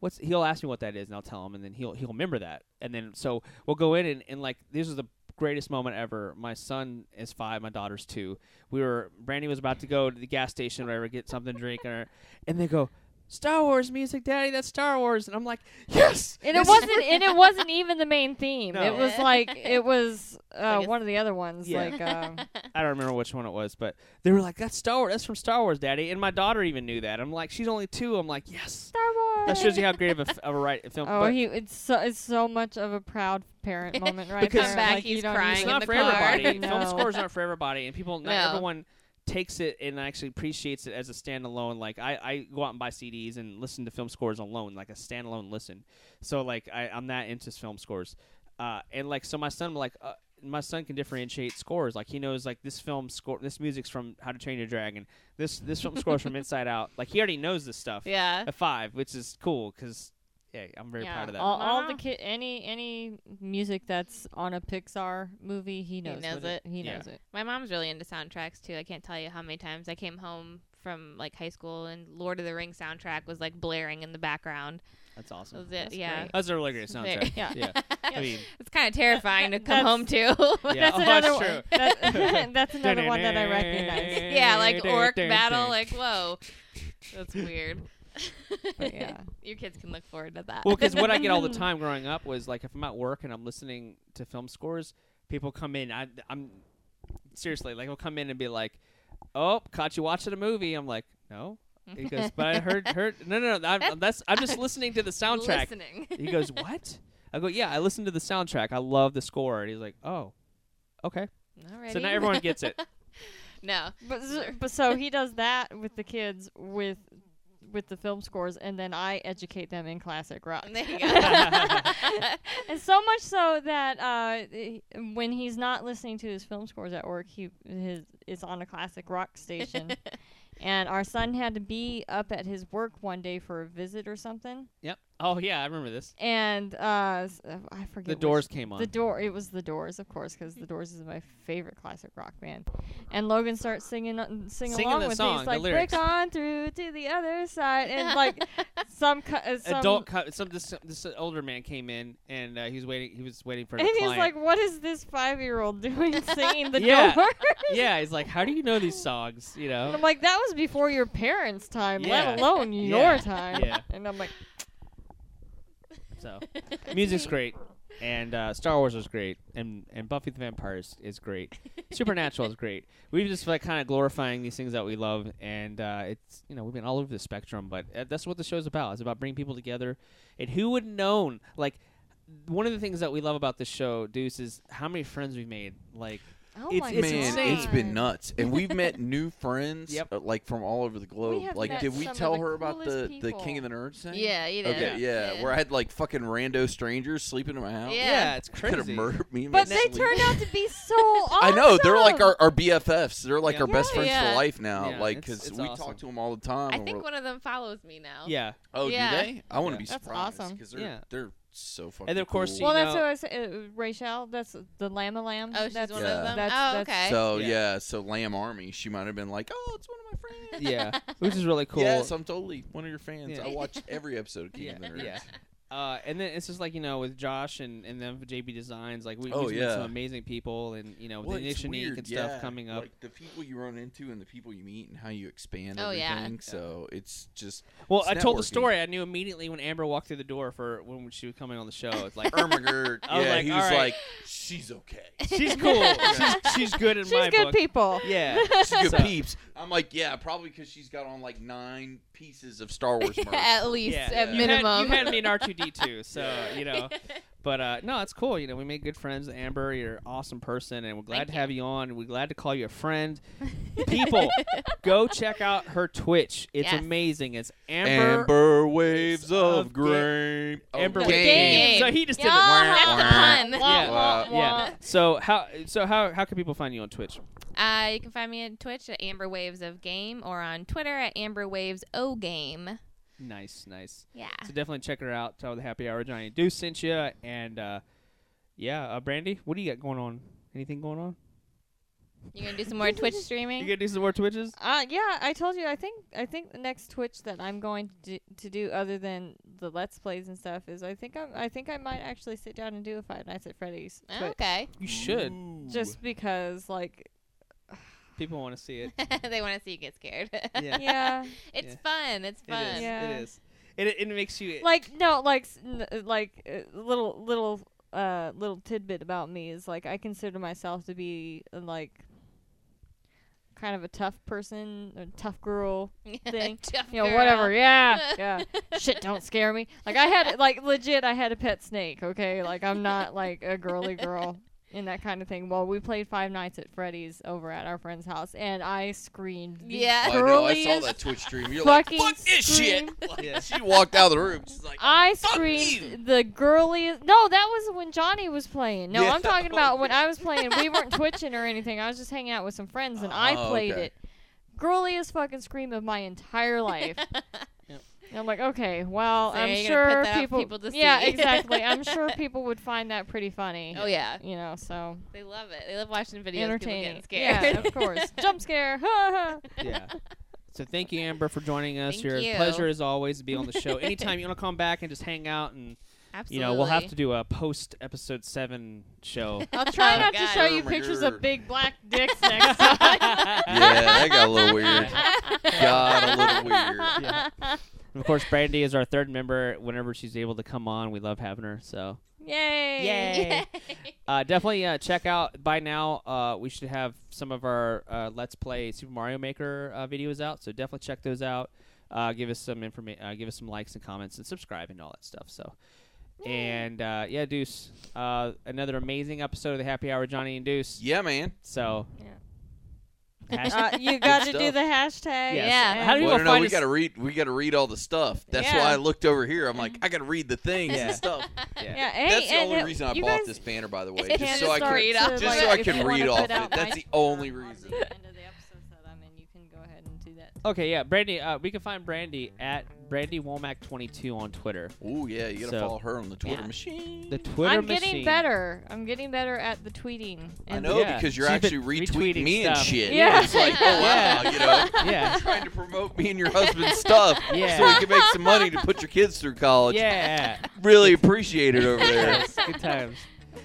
what's he'll ask me what that is and i'll tell him and then he'll he'll remember that and then so we'll go in and, and like this is the greatest moment ever my son is five my daughter's two we were brandy was about to go to the gas station or whatever get something to drink or and they go star wars music daddy that's star wars and i'm like yes
and it
this is
wasn't and it wasn't even the main theme.
No.
It was like it was uh,
Like a-
one of the other ones.
Yeah.
Like um,
I don't remember which one it was, but they were like, "That's Star Wars. That's from Star Wars, Daddy." And my daughter even knew that. I'm like, she's only two. I'm like, yes.
Star Wars.
That shows you how great of a, f- of a right film.
Oh,
but
he it's so, it's so much of a proud parent moment right
Because-
there.
Come back,
like, you
he's
don't
crying
it's
even-
in
not
the
for
car.
everybody. Film
No.
scores aren't for everybody, and people not
No.
everyone takes it and actually appreciates it as a standalone. Like I, I go out and buy CDs and listen to film scores alone, like a standalone listen. So like I, I'm that into film scores, uh, and like so my son like. Uh, my son can differentiate scores. Like he knows, like this film score, this music's from How to Train Your Dragon. This this film score's from Inside Out. Like he already knows this stuff.
yeah.
A five, which is cool because yeah, I'm very
Yeah,
proud of that.
all, all the
Wow.
kid any any music that's on a Pixar movie, he knows,
knows
what
it.
He
Yeah.
knows it.
My mom's really into soundtracks too. I can't tell you how many times I came home from like high school and Lord of the Rings soundtrack was like blaring in the background.
That's
That
awesome.
was it.
That's
yeah.
great.
That's a really great
It's very-
soundtrack.
Yeah.
yeah. I mean,
it's kind of terrifying to come home to.
Yeah.
That's
Oh,
another
that's
one.
true.
That's, that's another one that I recognize.
yeah, like orc battle. Like whoa, that's weird.
But yeah.
Your kids can look forward to that.
Well, because what I get all the time growing up was like if I'm at work and I'm listening to film scores, people come in. I, I'm seriously like they'll come in and be like, "Oh, caught you watching a movie." I'm like, "No." He goes, "But I heard heard no no no. I'm, that's I'm just listening to the soundtrack."
Listening.
He goes, "What?" I go, "Yeah, I listened to the soundtrack. I love the score." And he's like, "Oh, okay." So now
Alrighty.
everyone gets it.
no.
But, s- but so he does that with the kids with with the film scores, and then I educate them in classic rock.
There you go.
And so much so that uh, he- when he's not listening to his film scores at work, he his is on a classic rock station. and our son had to be up at his work one day for a visit or something,
Yep. Oh yeah, I remember this.
and uh, s- uh, I forget
The
which-
Doors came on.
The door. It was the Doors, of course, because the Doors is my favorite classic rock band. And Logan starts singing, uh, sing
Singing
along
the
with
song,
these,
the
like
lyrics.
break on through to the other side, and like some, cu- uh, some
Adult, co- some this, this older man came in and uh, he was waiting. He was waiting for. a
And he's
client.
like, "What is this five-year-old doing singing the
Yeah.
door?"
yeah, he's like, how do you know these songs? You
And
know?
I'm like, "That was before your parents' time,
Oh. Yeah.
let alone
Yeah.
your time."
Yeah.
And I'm like,
So, music's great, and uh, Star Wars is great, and and Buffy the Vampire is, is great. Supernatural is great. We've just like kind of glorifying these things that we love, and uh, it's you know we've been all over the spectrum, but uh, that's what the show's about. It's about bringing people together, and who would have known? Like, one of the things that we love about this show, Deuce, is how many friends we've made. Like,
"Oh
It's-
my
it's
god,
Man,
insane.
it's been nuts, and we've met new friends
Yep.
uh, like from all over the globe.
have
Like,
met
did we
some of
tell
the
her about the
coolest
the
people.
King of the Nerds thing?
yeah, you did.
Okay, yeah, where I had like fucking rando strangers sleeping in my house.
Yeah.
it's
could have
crazy.
murdered me. in my
But they
sleep.
turned out to be so awesome.
I know they're like our, our BFFs. They're like
Yeah.
our best friends
Yeah.
for life now.
Yeah,
like
it's-
because
it's
we
awesome.
talk to them all the time.
I
and
think
we're-
one of them follows me now.
Yeah.
oh,
Yeah.
do they? I want to be
That's
surprised
awesome.
because they're
Yeah.
they're so fucking.
And of course,
cool.
Well,
you
that's
know-
what I said. Uh, Rachel, that's the Llama Lamb.
Oh, she's
that's,
one
Yeah.
of them.
That's,
oh,
that's-
okay.
so
Yeah.
yeah. so Lamb Army. She might have been like, oh, it's one of my friends.
Yeah, which is really cool.
Yes, I'm totally one of your fans.
Yeah.
I watch every episode of King
yeah,
of the Nerds.
yeah. Uh, and then it's just like you know with Josh and and then JB Designs, like we,
Oh,
we've met
yeah.
some amazing people, and you know
Well,
with the
it's
Ignition Inc.
weird,
and
yeah,
stuff coming up.
Like the people you run into and the people you meet and how you expand
Oh, yeah.
everything. So it's just
well,
it's
I told the
networking.
story. I knew immediately when Amber walked through the door for when she was coming on the show. It's like
Ermagerd.
I was
yeah,
like,
he
all
was
right.
like, she's okay.
she's cool. she's, she's good in
She's
my
good
book.
people.
Yeah,
She's good
So-
peeps. I'm like, yeah, probably because she's got on like nine pieces of Star Wars merch.
At least,
Yeah.
at
You
You had-
minimum.
you had me in R two D2, so you know. But uh, no, it's cool. You know, we made good friends. Amber, you're an awesome person, and we're glad
Thank
to have you on. We're glad to call you a friend. People, go check out her Twitch. It's
Yes.
amazing. It's Amber.
Amber waves
of
of grape.
Amber Oh,
Oh,
with
game.
So he just did
Y'all
it.
have the pun.
Yeah.
Wah,
Yeah. So how so how how can people find you on Twitch?
Uh, you can find me on Twitch at Amber Waves of Game or on Twitter at Amber Waves O Game.
Nice, nice.
Yeah.
So definitely check her out. Tell her the happy hour Johnny Do sent you, and uh, yeah, uh, Brandy, what do you got going on? Anything going on?
You gonna do some more Twitch
You
streaming?
gonna do some more Twitches?
Uh, yeah, I told you. I think I think the next Twitch that I'm going to do, to do other than the Let's Plays and stuff is I think I'm, I think I might actually sit down and do a Five Nights at Freddy's.
Oh,
Twitch.
okay.
You should.
Oh.
Just because, like,
People want to see it.
they want to see you get scared.
Yeah.
yeah,
Yeah.
it's fun. It's fun.
It is.
Yeah.
It is. It, it makes you
like no, like s- n- like uh, little little uh little tidbit about me is like I consider myself to be uh, like kind of a tough person, a tough girl, Thing.
Tough
you know,
girl.
whatever. Yeah, yeah. Shit, don't scare me. Like I had, like legit, I had a pet snake. Okay, like I'm not like a girly girl and that kind of thing. Well, we played Five Nights at Freddy's over at our friend's house, and I screamed. the
Yeah.
I know. I saw
girliest
that Twitch stream. You're like,
fucking
fuck this shit.
scream.
Like,
Yeah.
She walked out of the room. She's like,
I
Fuck
screamed the girliest. No, that was when Johnny was playing. No,
Yeah.
I'm talking about when I was playing. We weren't twitching or anything. I was just hanging out with some friends, and I
Oh,
played
okay.
it. Girliest fucking scream of my entire life.
Yep.
And I'm like, okay, well,
So
I'm
you're gonna put
sure
that up for
people.
people to
Yeah,
see.
exactly. I'm sure people would find that pretty funny.
Oh yeah,
You know, so
they love it. They love watching videos. of
entertaining.
People getting scared.
Yeah, of course. Jump scare. Ha, ha.
yeah. So thank you, Amber, for joining us.
Thank
Your
you.
pleasure as always to be on the show. Anytime you want to come back and just hang out, and
Absolutely.
you know we'll have to do a post episode seven show.
I'll try
Oh,
not to
God.
show you
Oh, my
pictures
God.
of big black dicks next time.
yeah, that got a little weird. Got a little weird.
Yeah. And of course, Brandy is our third member. Whenever she's able to come on, we love having her. So
Yay.
Yay. uh, definitely uh, check out by now. Uh, we should have some of our uh, Let's Play Super Mario Maker uh, videos out. So definitely check those out. Uh, give us some information. Uh, give us some likes and comments and subscribe and all that stuff. So. And uh, yeah, Deuce, uh, another amazing episode of the Happy Hour, Johnny and Deuce.
Yeah, man.
So, yeah.
Uh, you got to do
stuff.
the hashtag.
Yes.
Yeah.
How do
Well,
people
no, no,
find
we
us-
gotta read. We gotta read all the stuff. That's
Yeah.
why I looked over here. I'm like, I gotta read the things
Yeah.
and stuff.
Yeah. Hey,
That's the
and
only
uh,
reason I
you
bought
guys
this banner, by the way,
It's
just
can
so I
start
can
read
to,
off-
just
like,
so I
if
can
you wanna
read
put
off it.
out
That's e-
my
the
stuff
only
on the
reason.
end of the episodes that I'm in, you can go ahead and do that.
Okay, yeah, Brandy. Uh, we can find Brandy at Brandy Womack twenty two on Twitter.
Oh yeah, you gotta
So-
follow her on the Twitter
Yeah.
machine.
The Twitter
I'm getting
machine.
better. I'm getting better at the tweeting.
I
and
know
Yeah.
because you're
She's
actually
been retweeting
retweeting me and
stuff.
shit.
Yeah.
It's like, oh wow,
Yeah.
you know,
Yeah.
trying to promote me and your husband's stuff
Yeah.
so we can make some money to put your kids through college.
Yeah.
Really appreciate it over there.
yes, good times.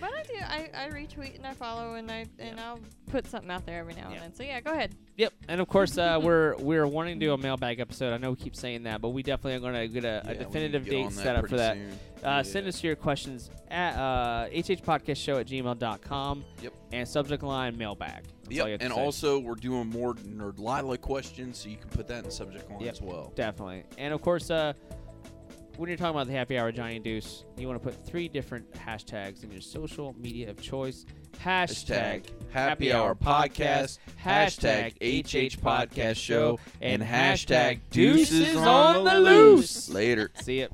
But I do. I, I retweet and I follow and I and I'll put something out there every now
Yeah.
and then. So yeah, go ahead.
Yep. And of course, uh, we're we're wanting to do a mailbag episode. I know we keep saying that, but we definitely are going to get a,
Yeah, we
a
need to
definitive
get
date
on
set up for
pretty
that.
soon.
Uh,
Yeah.
Send us your questions at uh, hhpodcastshow at gmail.com.
Yep.
And subject line mailbag. That's all you
Yep.
have to
And
say.
also, we're doing more Nerdlila questions, so you can put that in the subject line
Yep.
as well.
Definitely. And of course, uh, when you're talking about the happy hour, Johnny and Deuce, you want to put three different hashtags in your social media of choice. Hashtag,
Hashtag Happy Hour Podcast, hashtag HH Podcast Show, and hashtag Deuces on the Loose. Later.
See it.